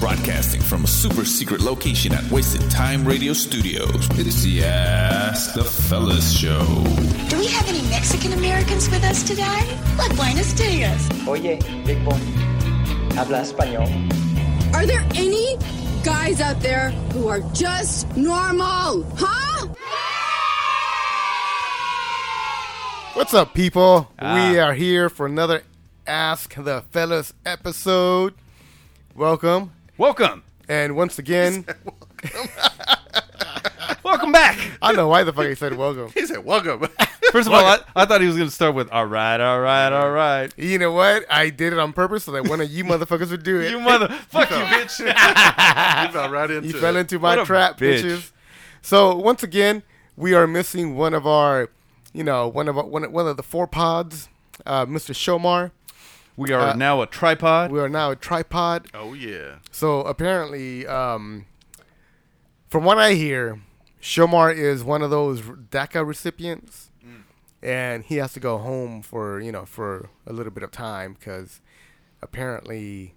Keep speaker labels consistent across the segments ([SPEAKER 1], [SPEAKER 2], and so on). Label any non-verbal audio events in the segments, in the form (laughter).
[SPEAKER 1] broadcasting from a super secret location at Wasted Time Radio Studios. It is the Ask the Fellas Show.
[SPEAKER 2] Do we have any Mexican Americans with us today? Like Buenos Dias.
[SPEAKER 3] Oye, Big Boy, habla español.
[SPEAKER 4] Are there any guys out there who are just normal? Huh?
[SPEAKER 5] What's up, people?
[SPEAKER 6] Ah.
[SPEAKER 5] We are here for another Ask the Fellas episode. Welcome.
[SPEAKER 6] Welcome.
[SPEAKER 5] And once
[SPEAKER 6] (laughs)
[SPEAKER 5] again,
[SPEAKER 6] Welcome back.
[SPEAKER 5] (laughs) I don't know why the fuck I said
[SPEAKER 6] (laughs)
[SPEAKER 5] welcome.
[SPEAKER 7] He said, "Welcome."
[SPEAKER 6] First of all, I, I thought he was going to start with, all right, all right, all right.
[SPEAKER 5] You know what? I did it on purpose so that one of you motherfuckers would do it.
[SPEAKER 6] (laughs)
[SPEAKER 5] (laughs)
[SPEAKER 6] You mother, fuck you, bitch.
[SPEAKER 7] he fell right into
[SPEAKER 5] You
[SPEAKER 7] it.
[SPEAKER 5] fell into my
[SPEAKER 6] What a
[SPEAKER 5] trap,
[SPEAKER 6] bitch.
[SPEAKER 5] bitches. So once again, we are missing one of our, you know, one of our, one, of- one of the four pods, uh, Mr. Shomar.
[SPEAKER 6] (laughs) We are
[SPEAKER 5] Uh,
[SPEAKER 6] now a tripod.
[SPEAKER 5] We are now a tripod.
[SPEAKER 7] Oh yeah.
[SPEAKER 5] So apparently, um, from what I hear, Shomar is one of those DACA recipients,
[SPEAKER 6] Mm.
[SPEAKER 5] and he has to go home for you know for a little bit of time because apparently,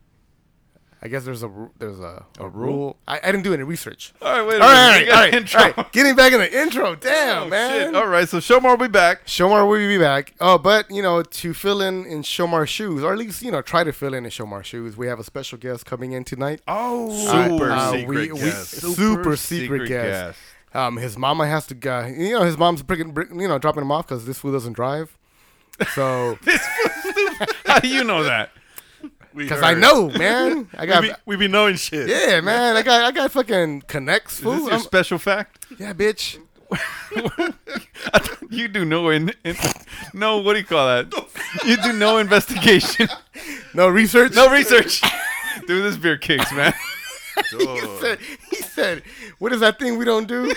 [SPEAKER 5] I guess there's a ru- there's a, a, rule. I, I didn't do any research.
[SPEAKER 6] All right, wait a
[SPEAKER 5] All
[SPEAKER 6] minute.
[SPEAKER 5] right,
[SPEAKER 6] We
[SPEAKER 5] all
[SPEAKER 6] got
[SPEAKER 5] right,
[SPEAKER 6] an intro.
[SPEAKER 5] all right. Getting back in the intro, damn
[SPEAKER 6] Oh,
[SPEAKER 5] man.
[SPEAKER 6] shit. All right, so Shomar will be back.
[SPEAKER 5] Shomar will be back. Oh, but you know, to fill in in Shomar's shoes, or at least you know, try to fill in in Shomar's shoes. We have a special guest coming in tonight.
[SPEAKER 7] Oh,
[SPEAKER 5] Uh,
[SPEAKER 7] super
[SPEAKER 5] uh, we-
[SPEAKER 7] secret
[SPEAKER 5] we-
[SPEAKER 7] guest.
[SPEAKER 5] super secret, guest. Um, his mama has to go. You know, his mom's breaking, break- you know, dropping him off because this fool doesn't drive. So,
[SPEAKER 6] How do you know that?
[SPEAKER 7] We
[SPEAKER 5] because I
[SPEAKER 7] heard.
[SPEAKER 5] know, man,
[SPEAKER 6] (laughs)
[SPEAKER 5] I
[SPEAKER 7] We
[SPEAKER 5] got,
[SPEAKER 7] be, we be knowing shit.
[SPEAKER 5] yeah, man, I got, I got fucking connects,
[SPEAKER 6] Is this
[SPEAKER 5] fool.
[SPEAKER 6] your
[SPEAKER 5] I'm-
[SPEAKER 6] special fact?
[SPEAKER 5] Yeah, bitch.
[SPEAKER 6] I thought (laughs) you do no in, in, no what do you call that? You do no investigation,
[SPEAKER 5] No research. (laughs)
[SPEAKER 6] no
[SPEAKER 7] (laughs)
[SPEAKER 6] research. Dude, this beer kicks, man.
[SPEAKER 5] he said, he said, what is that thing we don't do? (laughs)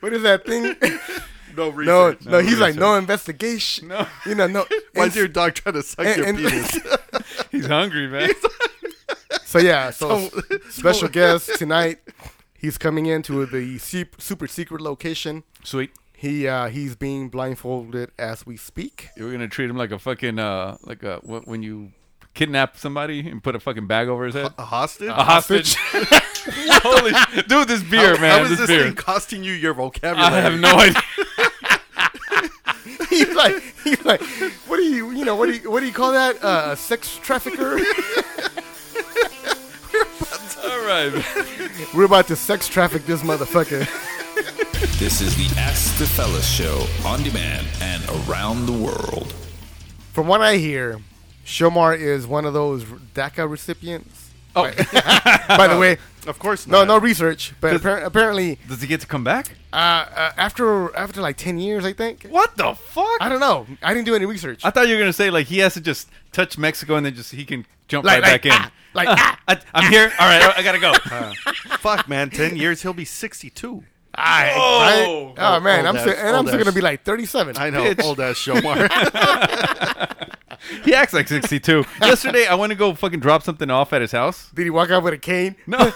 [SPEAKER 5] what is that thing? No,
[SPEAKER 7] No research.
[SPEAKER 5] no, he's like no investigation.
[SPEAKER 6] No.
[SPEAKER 5] you know, no.
[SPEAKER 7] Why's your dog trying to suck
[SPEAKER 5] and-
[SPEAKER 7] your
[SPEAKER 5] and-
[SPEAKER 7] penis?
[SPEAKER 6] He's hungry, man.
[SPEAKER 5] (laughs) So yeah, so
[SPEAKER 7] (laughs)
[SPEAKER 5] s- special guest tonight. He's coming into the se- super secret location.
[SPEAKER 6] Sweet.
[SPEAKER 5] He uh, he's being blindfolded as we speak.
[SPEAKER 6] You're gonna treat him like a fucking uh like a what when you kidnap somebody and put a fucking bag over his head.
[SPEAKER 7] A hostage?
[SPEAKER 6] A hostage. (laughs) Holy sh- dude, this beer,
[SPEAKER 7] How-
[SPEAKER 6] man,
[SPEAKER 7] How is
[SPEAKER 6] this
[SPEAKER 7] this
[SPEAKER 6] beer.
[SPEAKER 7] thing costing you your vocabulary?
[SPEAKER 6] I have no idea.
[SPEAKER 5] (laughs)
[SPEAKER 6] (laughs)
[SPEAKER 5] he's like he's like, what do you you know what do you what do you call that? Uh, a sex
[SPEAKER 7] (laughs)
[SPEAKER 5] trafficker.
[SPEAKER 6] All right. man.
[SPEAKER 5] We're about to sex traffic this motherfucker.
[SPEAKER 1] This is the Ask the Fellas Show on demand and around the world.
[SPEAKER 5] From what I hear, Shomar is one of those DACA recipients.
[SPEAKER 6] Oh,
[SPEAKER 5] By
[SPEAKER 6] (laughs)
[SPEAKER 5] the way,
[SPEAKER 7] (laughs) Of course
[SPEAKER 5] no
[SPEAKER 7] not.
[SPEAKER 5] no research, but appar- apparently
[SPEAKER 6] does he get to come back?
[SPEAKER 5] uh, uh, after after like ten years, I think.
[SPEAKER 6] What the fuck?
[SPEAKER 5] I don't know. I didn't do any research.
[SPEAKER 6] I thought you were gonna say like he has to just touch Mexico and then just he can jump
[SPEAKER 5] Like-
[SPEAKER 6] right
[SPEAKER 5] like,
[SPEAKER 6] back in.
[SPEAKER 5] ah,
[SPEAKER 6] (laughs)
[SPEAKER 5] like,
[SPEAKER 6] Ah, I, I'm here. All right, I
[SPEAKER 7] (laughs)
[SPEAKER 6] gotta go.
[SPEAKER 7] Uh, Fuck, man. 10 years, he'll be 62.
[SPEAKER 5] I,
[SPEAKER 6] Oh.
[SPEAKER 5] right? oh man,
[SPEAKER 7] Oh,
[SPEAKER 5] I'm still,
[SPEAKER 7] that's-
[SPEAKER 5] and
[SPEAKER 7] oh,
[SPEAKER 5] I'm still gonna
[SPEAKER 7] that's-
[SPEAKER 5] be like 37.
[SPEAKER 7] I know.
[SPEAKER 6] Bitch.
[SPEAKER 7] Old
[SPEAKER 6] (laughs)
[SPEAKER 7] ass Shomar.
[SPEAKER 6] he acts like 62. Yesterday, I went to go fucking drop something off at his house.
[SPEAKER 5] Did he walk out with a cane?
[SPEAKER 6] (laughs) No,
[SPEAKER 5] (laughs)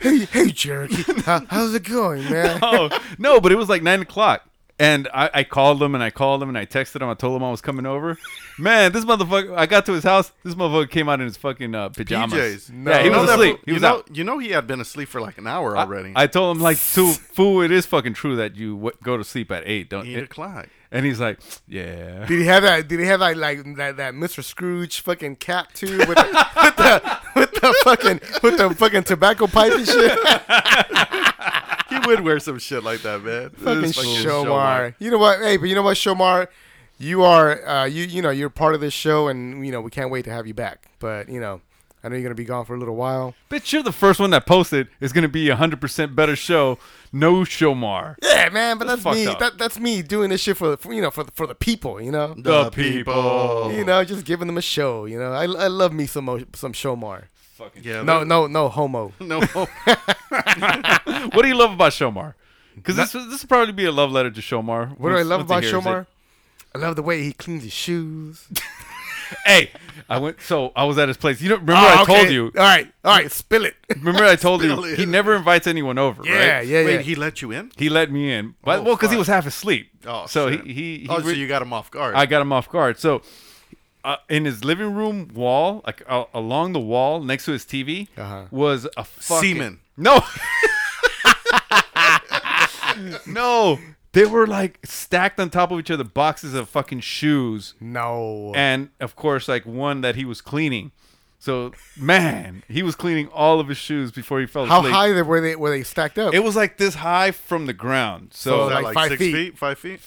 [SPEAKER 5] hey, hey,
[SPEAKER 6] (laughs)
[SPEAKER 5] Cherokee, how, how's it going, man?
[SPEAKER 6] oh no, but it was like nine o'clock, and I, I called him and I called him and I texted him. I told him I was coming over. Man, this motherfucker! I got to his house. This motherfucker came out in his fucking uh, pajamas.
[SPEAKER 7] PJs.
[SPEAKER 6] Yeah, he
[SPEAKER 7] You know
[SPEAKER 6] was
[SPEAKER 7] that
[SPEAKER 6] asleep.
[SPEAKER 7] fool-
[SPEAKER 6] He
[SPEAKER 7] you
[SPEAKER 6] was
[SPEAKER 7] know,
[SPEAKER 6] out.
[SPEAKER 7] You know he had been asleep for like an hour already.
[SPEAKER 6] I told him like, "Too fool, it is fucking true that you w- go to sleep at eight, don't
[SPEAKER 7] Eight
[SPEAKER 6] you?"
[SPEAKER 7] o'clock.
[SPEAKER 6] And he's like, "Yeah."
[SPEAKER 5] Did he have that? Did he have like like that, that Mr. Scrooge fucking cap too with the, (laughs) with the with the fucking with the fucking tobacco pipe and shit?
[SPEAKER 7] He would wear some shit like that, man.
[SPEAKER 5] fucking
[SPEAKER 7] This
[SPEAKER 5] Shomar. You know what? Hey, but you know what, Shomar, you are uh, you you know you're part of this show, and you know we can't wait to have you back. But you know, I know you're gonna be gone for a little while.
[SPEAKER 6] Bitch, you're the first one that posted. It's gonna be a hundred percent better show. No Shomar.
[SPEAKER 5] Yeah, man, but that's,
[SPEAKER 6] That's
[SPEAKER 5] me.
[SPEAKER 6] fucked up.
[SPEAKER 5] That, that's me doing this shit for, the- for you know for the, for the people. You know,
[SPEAKER 6] The people.
[SPEAKER 5] you know, just giving them a show. You know, I, I love me some mo- some Shomar.
[SPEAKER 7] Yeah,
[SPEAKER 5] No, no, no homo.
[SPEAKER 7] (laughs) no.
[SPEAKER 6] (laughs) (laughs) What do you love about Shomar? Because this this will probably be a love letter to Shomar.
[SPEAKER 5] What do I
[SPEAKER 6] once-
[SPEAKER 5] love
[SPEAKER 6] once he
[SPEAKER 5] about
[SPEAKER 6] hears it.
[SPEAKER 5] Shomar? I love the way he cleans his shoes.
[SPEAKER 6] Hey, I went. So I was at his place. You know, remember I
[SPEAKER 5] Ah, okay.
[SPEAKER 6] told you.
[SPEAKER 5] All right, all right, spill it. (laughs)
[SPEAKER 6] Remember I told you.
[SPEAKER 7] Spill it.
[SPEAKER 6] He never invites anyone over.
[SPEAKER 5] Yeah,
[SPEAKER 6] right?
[SPEAKER 5] yeah, yeah.
[SPEAKER 7] Wait, he let you in?
[SPEAKER 6] He let me in, but well, because he
[SPEAKER 7] fuck.
[SPEAKER 6] was half asleep.
[SPEAKER 7] Oh,
[SPEAKER 6] so
[SPEAKER 7] shit.
[SPEAKER 6] he he. he
[SPEAKER 7] oh, so
[SPEAKER 6] re-
[SPEAKER 7] you got him off guard.
[SPEAKER 6] I got him off guard. So uh, in his living room wall, like uh, along the wall next to his TV,
[SPEAKER 5] Uh-huh.
[SPEAKER 6] was a fucking
[SPEAKER 7] Semen.
[SPEAKER 6] No, (laughs) no, they were like stacked on top of each other, boxes of fucking shoes,
[SPEAKER 5] No.
[SPEAKER 6] and of course, like one that he was cleaning. So man, he was cleaning all of his shoes before he fell
[SPEAKER 5] How
[SPEAKER 6] asleep.
[SPEAKER 5] high they, were they? Were they stacked up?
[SPEAKER 6] It was like this high from the ground.
[SPEAKER 5] So,
[SPEAKER 6] So,
[SPEAKER 7] that
[SPEAKER 5] like five
[SPEAKER 7] six
[SPEAKER 5] feet.
[SPEAKER 7] feet. Five feet?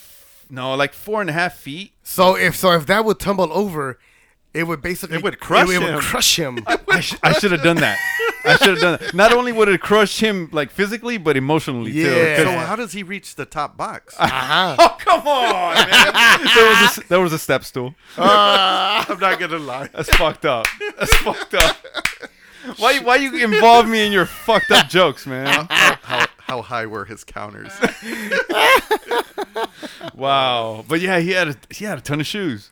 [SPEAKER 6] no, like four and a half feet.
[SPEAKER 5] so if so, if that would tumble over, it would basically
[SPEAKER 7] It would crush
[SPEAKER 5] it,
[SPEAKER 7] him.
[SPEAKER 5] would crush him.
[SPEAKER 6] (laughs) I, sh- I should have done that. I should have done that. Not only would it crush him like physically, but emotionally
[SPEAKER 5] Yeah.
[SPEAKER 6] too.
[SPEAKER 7] So
[SPEAKER 6] 'Cause-
[SPEAKER 7] how does he reach the top
[SPEAKER 6] (laughs)
[SPEAKER 7] box?
[SPEAKER 6] Oh come on, man! there was a, s- there was a step stool.
[SPEAKER 5] Uh,
[SPEAKER 7] I'm not gonna lie.
[SPEAKER 6] That's fucked up. That's fucked up. Why why you involve me in your fucked up jokes, man?
[SPEAKER 7] How, how, how high were
[SPEAKER 6] (laughs)
[SPEAKER 7] his counters?
[SPEAKER 6] Wow. But yeah, he had a, he had a ton of shoes.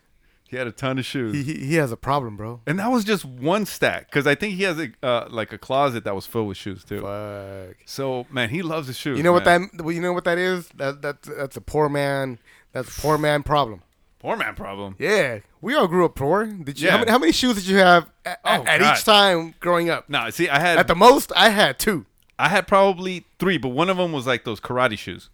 [SPEAKER 6] He had a ton of shoes.
[SPEAKER 5] he, he he has a problem, bro.
[SPEAKER 6] And that was just one stack because I think he has a uh, like a closet that was filled with shoes too.
[SPEAKER 5] Fuck.
[SPEAKER 6] So man, he loves his shoes.
[SPEAKER 5] You know what
[SPEAKER 6] man.
[SPEAKER 5] that? well, You know what that is? That that's that's a poor man. That's a poor man problem.
[SPEAKER 6] poor man problem?
[SPEAKER 5] Yeah, we all grew up poor. Did you?
[SPEAKER 6] Yeah.
[SPEAKER 5] How, many, how many shoes did you have at,
[SPEAKER 6] Oh,
[SPEAKER 5] at
[SPEAKER 6] God.
[SPEAKER 5] each time growing up?
[SPEAKER 6] No, see, I had
[SPEAKER 5] At the most, I had two. (laughs)
[SPEAKER 6] I had probably three, but one of them was like those karate shoes.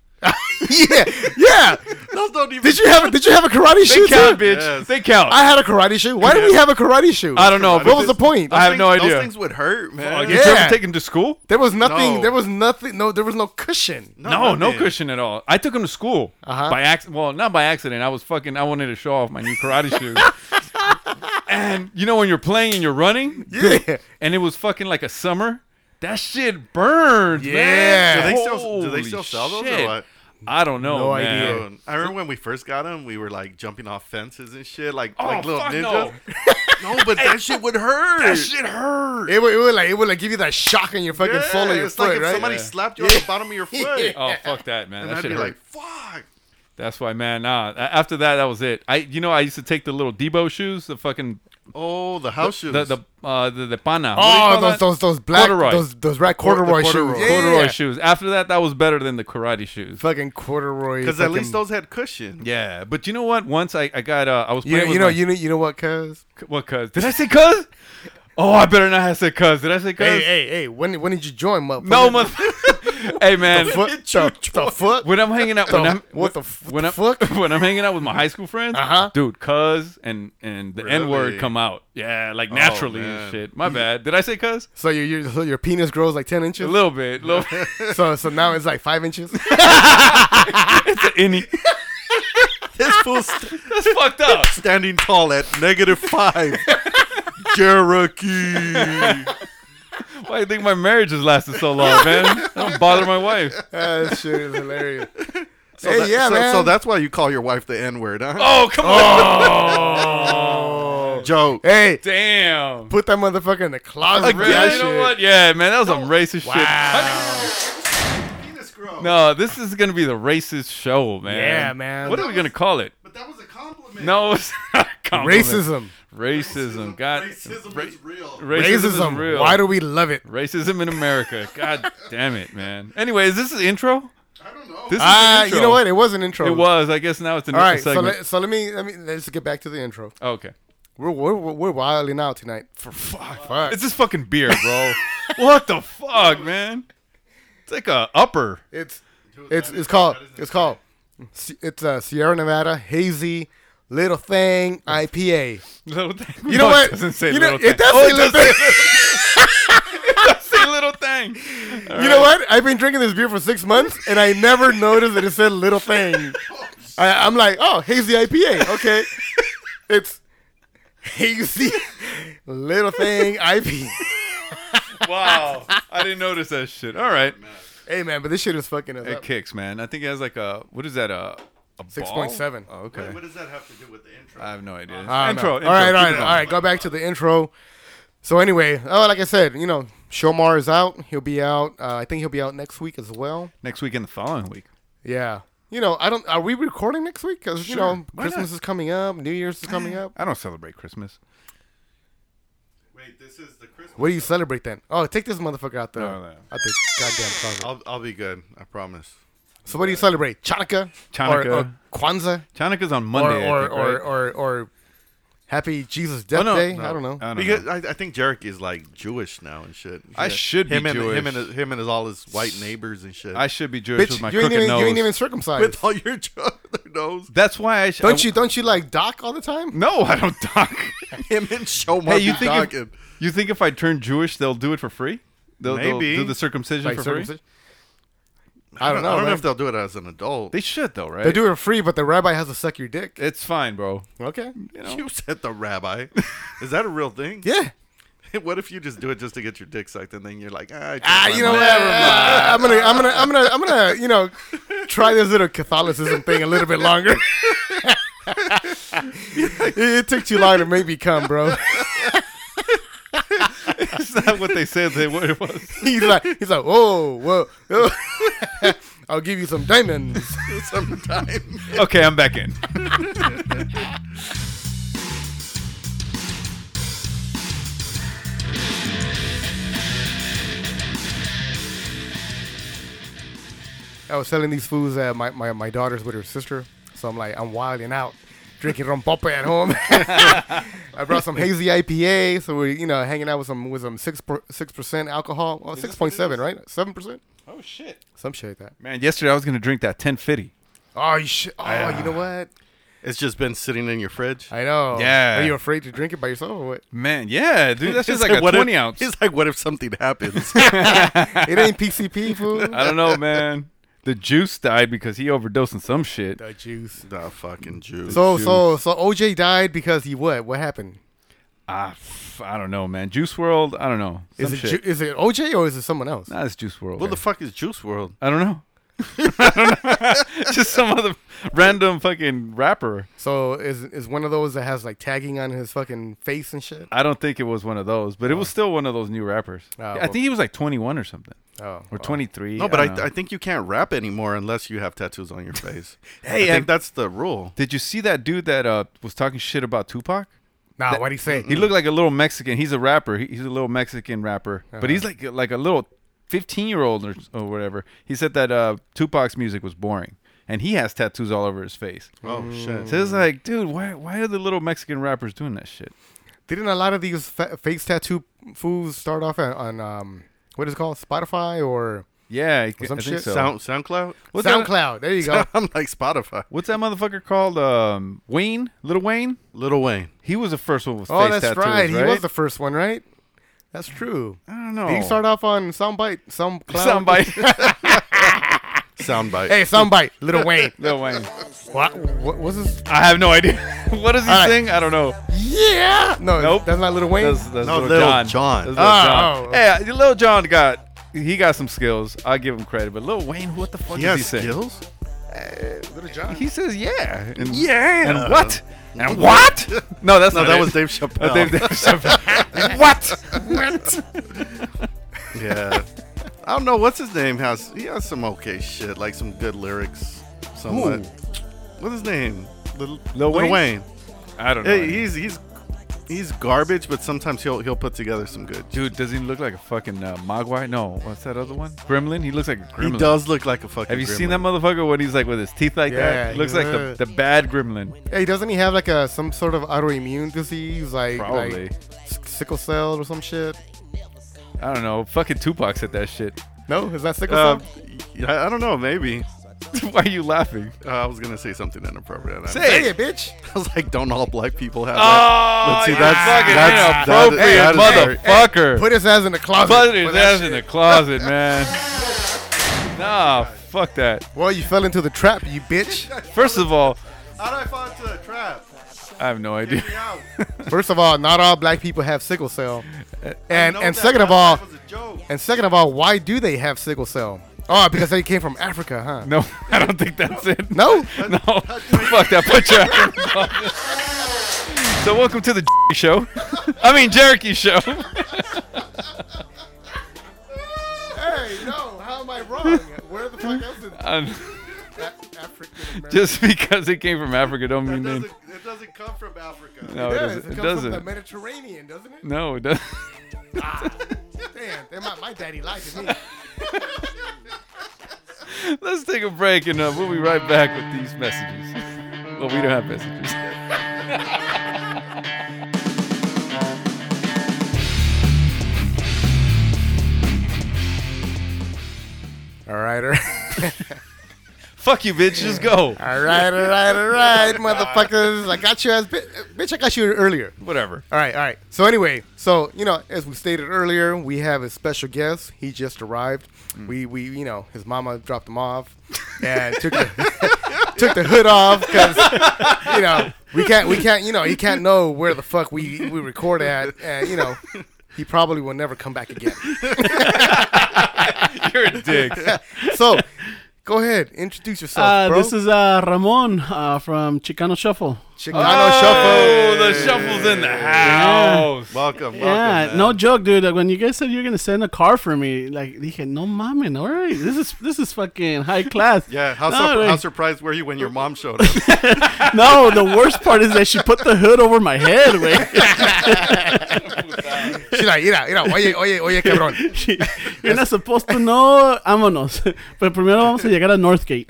[SPEAKER 5] yeah, yeah.
[SPEAKER 7] Those don't even.
[SPEAKER 5] Did you have? a Did you have a karate
[SPEAKER 6] They
[SPEAKER 5] shoe?
[SPEAKER 6] count,
[SPEAKER 5] too?
[SPEAKER 6] bitch.
[SPEAKER 7] Yes.
[SPEAKER 6] They count.
[SPEAKER 5] I had a karate shoe. Why did we have a karate shoe?
[SPEAKER 6] I don't know, but
[SPEAKER 5] What was the
[SPEAKER 6] this-
[SPEAKER 5] point?
[SPEAKER 6] I have no
[SPEAKER 7] Those
[SPEAKER 6] idea.
[SPEAKER 7] things would hurt,
[SPEAKER 6] Oh,
[SPEAKER 7] man.
[SPEAKER 6] Did you
[SPEAKER 5] Yeah.
[SPEAKER 6] ever take them to school?
[SPEAKER 5] there was nothing.
[SPEAKER 7] No.
[SPEAKER 5] There was nothing. No, there was no cushion.
[SPEAKER 6] No, no
[SPEAKER 7] nothing.
[SPEAKER 6] cushion at all. I took them to school
[SPEAKER 5] Uh-huh.
[SPEAKER 6] by accident. Well, not by accident. I was fucking. I wanted to show off my new karate
[SPEAKER 7] (laughs)
[SPEAKER 6] shoes. and you know when you're playing and you're running,
[SPEAKER 5] Yeah.
[SPEAKER 6] and it was fucking like a summer. That shit burned. man.
[SPEAKER 5] Yeah.
[SPEAKER 7] Do they still- do they
[SPEAKER 6] Holy
[SPEAKER 7] still sell those or
[SPEAKER 6] shit.
[SPEAKER 7] what?
[SPEAKER 6] I don't know.
[SPEAKER 5] No
[SPEAKER 6] man.
[SPEAKER 5] idea.
[SPEAKER 7] Dude, I remember when we first got them, we were like jumping off fences and shit, like
[SPEAKER 6] Oh,
[SPEAKER 7] like little
[SPEAKER 6] fuck
[SPEAKER 7] ninjas. No. but that shit would hurt.
[SPEAKER 6] That shit hurt.
[SPEAKER 5] It would, it would like it would like give you that shock in your fucking
[SPEAKER 7] Yeah,
[SPEAKER 5] sole of your
[SPEAKER 7] it's
[SPEAKER 5] foot,
[SPEAKER 7] like if
[SPEAKER 5] right?
[SPEAKER 7] somebody slapped you on the bottom
[SPEAKER 6] (laughs)
[SPEAKER 7] of your foot.
[SPEAKER 6] Oh fuck that, man.
[SPEAKER 7] And
[SPEAKER 6] that
[SPEAKER 7] I'd
[SPEAKER 6] shit
[SPEAKER 7] be
[SPEAKER 6] hurt.
[SPEAKER 7] like, fuck.
[SPEAKER 6] That's why, man. Nah. a- After that, that was it. I, you know, I used to take the little Debo shoes, the fucking
[SPEAKER 7] Oh, the house shoes.
[SPEAKER 6] the the uh, the, the pana. What do you
[SPEAKER 5] Oh,
[SPEAKER 6] call
[SPEAKER 5] those,
[SPEAKER 6] that?
[SPEAKER 5] those those black
[SPEAKER 6] Corduroy.
[SPEAKER 5] those those red
[SPEAKER 7] Cor- the
[SPEAKER 5] corduroy,
[SPEAKER 7] corduroy.
[SPEAKER 5] shoes,
[SPEAKER 6] corduroy
[SPEAKER 5] Yeah.
[SPEAKER 6] shoes. After that, that was better than the karate shoes.
[SPEAKER 5] fucking corduroy.
[SPEAKER 7] Because at
[SPEAKER 5] fucking-
[SPEAKER 7] least those had cushion.
[SPEAKER 6] Yeah, but you know what? Once I, I got uh, I was
[SPEAKER 5] you
[SPEAKER 6] playing
[SPEAKER 5] know,
[SPEAKER 6] with
[SPEAKER 5] you know,
[SPEAKER 6] my-
[SPEAKER 5] you know, you know what, cuz.
[SPEAKER 6] what cuz did I say cuz? Oh, I better not have said cuz. Did I say cuz?
[SPEAKER 5] Hey, hey, hey! When when did you join, motherfucker?
[SPEAKER 6] no, mother. (laughs) hey man,
[SPEAKER 5] The foot, the, the foot.
[SPEAKER 6] when I'm hanging out, when
[SPEAKER 5] The-
[SPEAKER 6] I'm
[SPEAKER 5] (laughs) what the f-
[SPEAKER 6] when
[SPEAKER 5] the
[SPEAKER 6] I'm
[SPEAKER 5] fuck?
[SPEAKER 6] (laughs) when I'm hanging out with my high school friends,
[SPEAKER 5] Uh-huh.
[SPEAKER 6] dude, cuz and and the N
[SPEAKER 7] Really?
[SPEAKER 6] word come out, yeah,
[SPEAKER 5] Oh,
[SPEAKER 6] like naturally and
[SPEAKER 7] man.
[SPEAKER 6] shit. My bad. Did I say cuz?
[SPEAKER 5] So your your, so your penis grows like ten
[SPEAKER 6] A
[SPEAKER 5] inches.
[SPEAKER 6] little
[SPEAKER 5] (laughs)
[SPEAKER 6] bit, little (laughs) bit.
[SPEAKER 5] So so now it's like five inches.
[SPEAKER 6] it's an innie.
[SPEAKER 7] This fool's st-
[SPEAKER 6] That's fucked up.
[SPEAKER 7] standing tall at
[SPEAKER 6] (laughs)
[SPEAKER 7] negative five. Cherokee.
[SPEAKER 6] Why do you think my marriage has lasted so long, man? I don't bother my wife.
[SPEAKER 5] that shit is hilarious.
[SPEAKER 7] So
[SPEAKER 5] hey,
[SPEAKER 7] that-
[SPEAKER 5] yeah,
[SPEAKER 7] so,
[SPEAKER 5] man.
[SPEAKER 7] so that's why you call your wife the N word, huh?
[SPEAKER 6] Oh, come on.
[SPEAKER 5] Oh.
[SPEAKER 6] Oh.
[SPEAKER 7] joke.
[SPEAKER 5] hey,
[SPEAKER 6] (laughs) Damn.
[SPEAKER 5] put that motherfucker in the closet. for that
[SPEAKER 6] Yeah, you know
[SPEAKER 5] shit. Ah.
[SPEAKER 6] what? Yeah, man, that was some racist
[SPEAKER 7] Penis grow.
[SPEAKER 6] shit. No, this is gonna be the racist show, man.
[SPEAKER 5] Yeah, man.
[SPEAKER 6] What are we gonna call it?
[SPEAKER 7] But that was a compliment.
[SPEAKER 6] No, (laughs) it's not a compliment.
[SPEAKER 5] Racism.
[SPEAKER 6] Racism. God.
[SPEAKER 7] is real.
[SPEAKER 6] racism is
[SPEAKER 5] Racism.
[SPEAKER 6] real.
[SPEAKER 5] Why do we love it?
[SPEAKER 6] racism in America? God damn it, man. Anyway, is this the intro?
[SPEAKER 7] I don't know.
[SPEAKER 6] This
[SPEAKER 5] Ah,
[SPEAKER 6] is the intro.
[SPEAKER 5] you know what? It was an intro.
[SPEAKER 6] It was. I guess now it's an
[SPEAKER 5] All right. So
[SPEAKER 6] segment.
[SPEAKER 5] let, so let me let me let's get back to the intro.
[SPEAKER 6] okay.
[SPEAKER 5] We're we're we're wilding out tonight. For fuck, fuck.
[SPEAKER 6] It's this fucking beer,
[SPEAKER 5] (laughs)
[SPEAKER 6] bro. what the fuck, man? It's like a upper. (laughs)
[SPEAKER 5] It's it's it's called it's called S- it's uh, Sierra Nevada hazy little thing IPA.
[SPEAKER 6] Little thing.
[SPEAKER 5] You know
[SPEAKER 6] No,
[SPEAKER 5] what?
[SPEAKER 6] It doesn't say
[SPEAKER 5] you know,
[SPEAKER 6] little thing.
[SPEAKER 5] It does
[SPEAKER 6] oh,
[SPEAKER 5] say little thing. (laughs)
[SPEAKER 6] does say little thing.
[SPEAKER 5] You know what? I've been drinking this beer for six months and I never noticed that it said little thing. I, I'm like, oh, hazy IPA. Okay, it's hazy little thing IPA.
[SPEAKER 6] Wow. I didn't notice that shit. All right.
[SPEAKER 5] Hey man, but this shit is fucking us
[SPEAKER 6] It
[SPEAKER 5] up.
[SPEAKER 6] kicks, man. I think it has like a what is that a a
[SPEAKER 5] Six
[SPEAKER 6] ball?
[SPEAKER 5] point seven.
[SPEAKER 6] Oh, okay.
[SPEAKER 7] does that have to do with the intro?
[SPEAKER 6] I have no idea.
[SPEAKER 5] I don't
[SPEAKER 6] intro,
[SPEAKER 5] know.
[SPEAKER 6] intro.
[SPEAKER 5] All right, all
[SPEAKER 6] Keep
[SPEAKER 5] right,
[SPEAKER 6] it
[SPEAKER 5] all
[SPEAKER 6] going.
[SPEAKER 5] right. Go back to the intro. So anyway, oh, like I said, you know, Shomar is out. He'll be out. Uh, I think he'll be out next week as well.
[SPEAKER 6] Next week and the following week.
[SPEAKER 5] Yeah. You know, I don't. Are we recording next week? Because you
[SPEAKER 6] Sure.
[SPEAKER 5] know,
[SPEAKER 6] Why
[SPEAKER 5] Christmas
[SPEAKER 6] not?
[SPEAKER 5] is coming up. New Year's is
[SPEAKER 6] (clears throat)
[SPEAKER 5] coming up.
[SPEAKER 6] I don't celebrate Christmas.
[SPEAKER 7] Wait, this is the Christmas.
[SPEAKER 5] What do you celebrate then? Oh, take this motherfucker out there.
[SPEAKER 6] No, no.
[SPEAKER 5] Out the goddamn closet.
[SPEAKER 7] I'll, I'll be good. I promise.
[SPEAKER 5] So what do you celebrate? Chanukah,
[SPEAKER 6] Chanukah.
[SPEAKER 5] or, or Kwanzaa,
[SPEAKER 6] Chanukah's on
[SPEAKER 5] or
[SPEAKER 6] Monday. I
[SPEAKER 5] or,
[SPEAKER 6] think,
[SPEAKER 5] or,
[SPEAKER 6] right?
[SPEAKER 5] or or Happy Jesus Death
[SPEAKER 6] Oh, no,
[SPEAKER 5] Day.
[SPEAKER 6] no.
[SPEAKER 5] I don't know.
[SPEAKER 6] I don't
[SPEAKER 7] Because I, I think Jarek is like Jewish now and shit.
[SPEAKER 6] I
[SPEAKER 7] Yeah.
[SPEAKER 6] should be
[SPEAKER 7] him and,
[SPEAKER 6] Jewish.
[SPEAKER 7] Him and his, him and his all his white neighbors and shit.
[SPEAKER 6] I should be Jewish with my
[SPEAKER 5] Bitch, you ain't,
[SPEAKER 6] crooked
[SPEAKER 5] even,
[SPEAKER 6] nose.
[SPEAKER 5] you ain't even circumcised.
[SPEAKER 7] with all your nose.
[SPEAKER 6] That's why I sh-
[SPEAKER 5] don't you don't you like doc all the time?
[SPEAKER 6] (laughs) No, I don't
[SPEAKER 5] (laughs)
[SPEAKER 6] talk.
[SPEAKER 7] Him and Shomar.
[SPEAKER 6] hey, you think if,
[SPEAKER 7] talking.
[SPEAKER 6] you think if I turn Jewish, they'll do it for free? They'll, they'll
[SPEAKER 7] Maybe.
[SPEAKER 6] do the circumcision
[SPEAKER 5] Like
[SPEAKER 6] for
[SPEAKER 5] circumcision?
[SPEAKER 6] free.
[SPEAKER 5] I don't know.
[SPEAKER 7] I don't know
[SPEAKER 5] man.
[SPEAKER 7] if they'll do it as an adult.
[SPEAKER 6] They should though, right?
[SPEAKER 5] They do it for free, but the rabbi has to suck your dick.
[SPEAKER 6] It's fine, bro. (laughs)
[SPEAKER 5] Okay.
[SPEAKER 6] You know,
[SPEAKER 7] You said the rabbi. Is that a real thing?
[SPEAKER 5] Yeah.
[SPEAKER 7] (laughs) What if you just do it just to get your dick sucked, and then you're like, ah, I changed
[SPEAKER 5] Ah,
[SPEAKER 7] my
[SPEAKER 5] you know what?
[SPEAKER 7] mind.
[SPEAKER 5] I'm gonna, I'm gonna, I'm gonna, I'm gonna, you know, try this little Catholicism thing a little bit
[SPEAKER 7] (laughs)
[SPEAKER 5] longer. it, it took too long to make me come, bro. (laughs)
[SPEAKER 6] it's not what they said. They what it was.
[SPEAKER 5] (laughs) He's like, he's like, whoa, whoa. whoa. (laughs) I'll give you some diamonds.
[SPEAKER 7] (laughs) Sometime.
[SPEAKER 6] Okay, I'm back in.
[SPEAKER 5] I was selling these foods at my, my, my daughter's with her sister. So I'm like, I'm wilding out, drinking rompope at home. (laughs) I brought
[SPEAKER 6] (laughs)
[SPEAKER 5] some hazy IPA, so we're you know hanging out with some with some six six percent alcohol, oh, six point seven, right? Seven percent,
[SPEAKER 6] Oh shit,
[SPEAKER 5] some shit like that.
[SPEAKER 6] man! Yesterday I was gonna drink that 1050.
[SPEAKER 5] Oh, you shit! Oh, you know what?
[SPEAKER 7] It's just been sitting in your
[SPEAKER 5] (laughs)
[SPEAKER 7] fridge.
[SPEAKER 5] I know.
[SPEAKER 6] Yeah.
[SPEAKER 5] Are you afraid to drink it by yourself or what?
[SPEAKER 6] Man, yeah, dude,
[SPEAKER 7] (laughs)
[SPEAKER 6] that's just
[SPEAKER 7] It's
[SPEAKER 6] like a
[SPEAKER 7] what
[SPEAKER 6] 20
[SPEAKER 7] if,
[SPEAKER 6] ounce.
[SPEAKER 7] It's like, what if something
[SPEAKER 5] (laughs)
[SPEAKER 7] happens?
[SPEAKER 5] It ain't
[SPEAKER 6] (laughs)
[SPEAKER 5] PCP food.
[SPEAKER 6] (laughs) I don't know, man. The juice died because he overdosed on some shit.
[SPEAKER 5] the juice.
[SPEAKER 7] the fucking Jews.
[SPEAKER 5] So so so OJ died because he what? What happened?
[SPEAKER 6] Ah, f- I don't know, man. Juice World, I don't know. Some
[SPEAKER 5] Is it
[SPEAKER 6] shit.
[SPEAKER 5] Ju- is it OJ or is it someone else?
[SPEAKER 6] Nah, it's Juice World.
[SPEAKER 7] what the fuck is Juice World?
[SPEAKER 6] I don't know. (laughs) Just some other random fucking rapper.
[SPEAKER 5] So is is one of those that has like tagging on his fucking face and shit?
[SPEAKER 6] I don't think it was one of those, but it was still one of those new rappers.
[SPEAKER 5] Ah,
[SPEAKER 6] I
[SPEAKER 5] well.
[SPEAKER 6] think he was like 21 or something,
[SPEAKER 5] Oh,
[SPEAKER 6] or 23.
[SPEAKER 7] No, but I,
[SPEAKER 6] don't know.
[SPEAKER 7] I, think you can't rap anymore unless you have tattoos on your face.
[SPEAKER 6] Hey,
[SPEAKER 7] I
[SPEAKER 6] and-
[SPEAKER 7] think that's the rule.
[SPEAKER 6] did you see that dude that uh, was talking shit about Tupac?
[SPEAKER 5] Nah, what do you say?
[SPEAKER 6] He looked like a little Mexican. He's a rapper. He- He's a little Mexican rapper,
[SPEAKER 5] Uh-huh.
[SPEAKER 6] but he's like like a little fifteen year old or, or whatever. He said that uh, Tupac's music was boring, and he has tattoos all over his face.
[SPEAKER 7] Oh shit!
[SPEAKER 5] Mm.
[SPEAKER 6] So it's like, dude, why why are the little Mexican rappers doing that shit?
[SPEAKER 5] Didn't a lot of these fa- face tattoo fools start off on, on um what is it called Spotify or
[SPEAKER 6] Yeah, I,
[SPEAKER 5] some
[SPEAKER 6] I think
[SPEAKER 5] shit.
[SPEAKER 6] so.
[SPEAKER 7] Sound SoundCloud.
[SPEAKER 6] what's That,
[SPEAKER 5] SoundCloud? There you
[SPEAKER 6] (laughs)
[SPEAKER 5] go.
[SPEAKER 7] (laughs) I'm like Spotify.
[SPEAKER 6] what's that motherfucker called? Um, Wayne, Little Wayne.
[SPEAKER 7] Little Wayne.
[SPEAKER 6] He was the first one with
[SPEAKER 5] Oh,
[SPEAKER 6] face
[SPEAKER 5] that's
[SPEAKER 6] tattoos,
[SPEAKER 5] right. He was the first one, right? That's true.
[SPEAKER 6] I don't know.
[SPEAKER 5] Did he
[SPEAKER 6] (laughs)
[SPEAKER 5] start off on soundbite, soundcloud?
[SPEAKER 6] somebody? (laughs)
[SPEAKER 7] Soundbite.
[SPEAKER 5] Hey, soundbite, Little
[SPEAKER 6] (laughs)
[SPEAKER 5] Wayne.
[SPEAKER 6] Lil Wayne.
[SPEAKER 5] What? What was this?
[SPEAKER 6] I have no idea. (laughs) what does he
[SPEAKER 5] All right.
[SPEAKER 6] sing? I don't know.
[SPEAKER 5] Yeah. No,
[SPEAKER 6] Nope.
[SPEAKER 5] that's not Little Wayne.
[SPEAKER 6] That's, that's
[SPEAKER 7] No,
[SPEAKER 6] Lil
[SPEAKER 7] Lil
[SPEAKER 6] John.
[SPEAKER 7] Jon.
[SPEAKER 6] That's
[SPEAKER 5] Oh,
[SPEAKER 6] Lil John. Hey, Lil John got he got some skills. I give him credit, but Lil Wayne, what the fuck
[SPEAKER 7] he
[SPEAKER 6] does
[SPEAKER 7] has
[SPEAKER 6] he say?
[SPEAKER 7] skills.
[SPEAKER 5] Little John.
[SPEAKER 6] He says yeah, and,
[SPEAKER 7] Yeah.
[SPEAKER 6] and what? And what? No, that's
[SPEAKER 7] No,
[SPEAKER 6] not
[SPEAKER 7] that
[SPEAKER 6] it.
[SPEAKER 7] was
[SPEAKER 6] That's
[SPEAKER 7] Dave
[SPEAKER 6] (laughs)
[SPEAKER 7] Chappelle.
[SPEAKER 6] Dave- Dave Chappelle. (laughs) what? What?
[SPEAKER 7] Oh, yeah. I don't know what's his name has. He has some okay shit, like some good lyrics. Somewhat. What's his name? Little,
[SPEAKER 6] Lil Wayne? I don't know.
[SPEAKER 7] Hey, he's he's he's garbage, but sometimes he'll he'll put together some good.
[SPEAKER 6] Dude, does he look like a fucking uh, Mogwai? No, what's that other one? Gremlin. He looks like a gremlin.
[SPEAKER 7] He does look like a fucking.
[SPEAKER 6] Have you
[SPEAKER 7] gremlin.
[SPEAKER 6] seen that motherfucker when he's like with his teeth like
[SPEAKER 5] Yeah,
[SPEAKER 6] that? Looks like the,
[SPEAKER 5] yeah.
[SPEAKER 6] the bad gremlin.
[SPEAKER 5] Hey, doesn't he have like a some sort of autoimmune disease, like
[SPEAKER 6] Probably.
[SPEAKER 5] like s- sickle cell or some shit?
[SPEAKER 6] I don't know. Fucking Tupac said that shit.
[SPEAKER 5] No, is that sickle
[SPEAKER 7] Uh,
[SPEAKER 5] cell?
[SPEAKER 7] I, I don't know. Maybe
[SPEAKER 6] (laughs) Why are you laughing?
[SPEAKER 7] uh, I was gonna say something inappropriate. I-
[SPEAKER 5] Say it, bitch.
[SPEAKER 7] (laughs) I was like, don't all black people have
[SPEAKER 6] Oh,
[SPEAKER 7] But see,
[SPEAKER 6] you
[SPEAKER 7] that's-
[SPEAKER 6] fucking
[SPEAKER 7] that's- that-
[SPEAKER 6] inappropriate
[SPEAKER 7] that is very-
[SPEAKER 6] motherfucker.
[SPEAKER 5] Put his ass in the closet.
[SPEAKER 6] Put his
[SPEAKER 5] with that
[SPEAKER 6] ass in the
[SPEAKER 5] shit.
[SPEAKER 6] closet, man. Nah, fuck that.
[SPEAKER 5] Well, you fell into the trap, you bitch. (laughs)
[SPEAKER 6] First of all,
[SPEAKER 7] that? How do I fall into a trap?
[SPEAKER 6] I have no idea. (laughs)
[SPEAKER 5] First of all, not all black people have sickle cell, and and second of all, and second of all, why do they have sickle cell? Oh, because they came from Africa, huh?
[SPEAKER 6] No, I don't think that's it.
[SPEAKER 5] No?
[SPEAKER 6] (laughs) no, fuck that. Put your ass in the closet. So welcome to the (laughs) show. I mean Cherokee show.
[SPEAKER 5] (laughs)
[SPEAKER 6] (laughs)
[SPEAKER 5] Hey, no, how am I wrong? Where the fuck else did
[SPEAKER 6] Um,
[SPEAKER 5] Africa?
[SPEAKER 6] just because it came from Africa don't mean they-
[SPEAKER 7] it doesn't come from Africa.
[SPEAKER 5] Oh,
[SPEAKER 6] no, it doesn't. It doesn't.
[SPEAKER 5] Mediterranean, doesn't (laughs) it?
[SPEAKER 6] No, it doesn't. (laughs)
[SPEAKER 5] Damn, my, my daddy likes (laughs) me.
[SPEAKER 6] Let's take a break and uh, we'll be right back with these messages. Well, we don't have messages.
[SPEAKER 5] writer.
[SPEAKER 6] (laughs) Fuck you, bitch. Just go. (laughs)
[SPEAKER 5] all right, all right, all right, motherfuckers. I got you as bi- bitch. I got you earlier.
[SPEAKER 6] Whatever.
[SPEAKER 5] All right, all right. So anyway, so you know, as we stated earlier, we have a special guest. He just arrived. We we you know his mama dropped him off and took the, (laughs) took the hood off because you know we can't we can't you know he can't know where the fuck we we record at and you know he probably will never come back again.
[SPEAKER 6] You're
[SPEAKER 5] (laughs)
[SPEAKER 6] a dick.
[SPEAKER 5] So go ahead, introduce yourself,
[SPEAKER 8] Uh,
[SPEAKER 5] bro.
[SPEAKER 8] this is uh, Ramon uh, from Chicano Shuffle.
[SPEAKER 5] Chicano
[SPEAKER 6] Oh,
[SPEAKER 5] Shuffle.
[SPEAKER 6] the shuffle's in the house.
[SPEAKER 7] Welcome, welcome.
[SPEAKER 8] Yeah,
[SPEAKER 7] man.
[SPEAKER 8] no joke, dude. Like, When you guys said you're gonna send a car for me, like, dije, no mames, all right, this is this is fucking high class.
[SPEAKER 7] Yeah, how,
[SPEAKER 8] no,
[SPEAKER 7] sur-
[SPEAKER 8] like-
[SPEAKER 7] how surprised were you when your mom showed up?
[SPEAKER 8] no, the worst part is that she put the hood over my head. Wait.
[SPEAKER 5] She's like, mira, mira, oye, oye, oye, cabrón.
[SPEAKER 8] (laughs) She- you're not supposed to know. Vámonos. (laughs) Pero primero vamos a llegar a Northgate.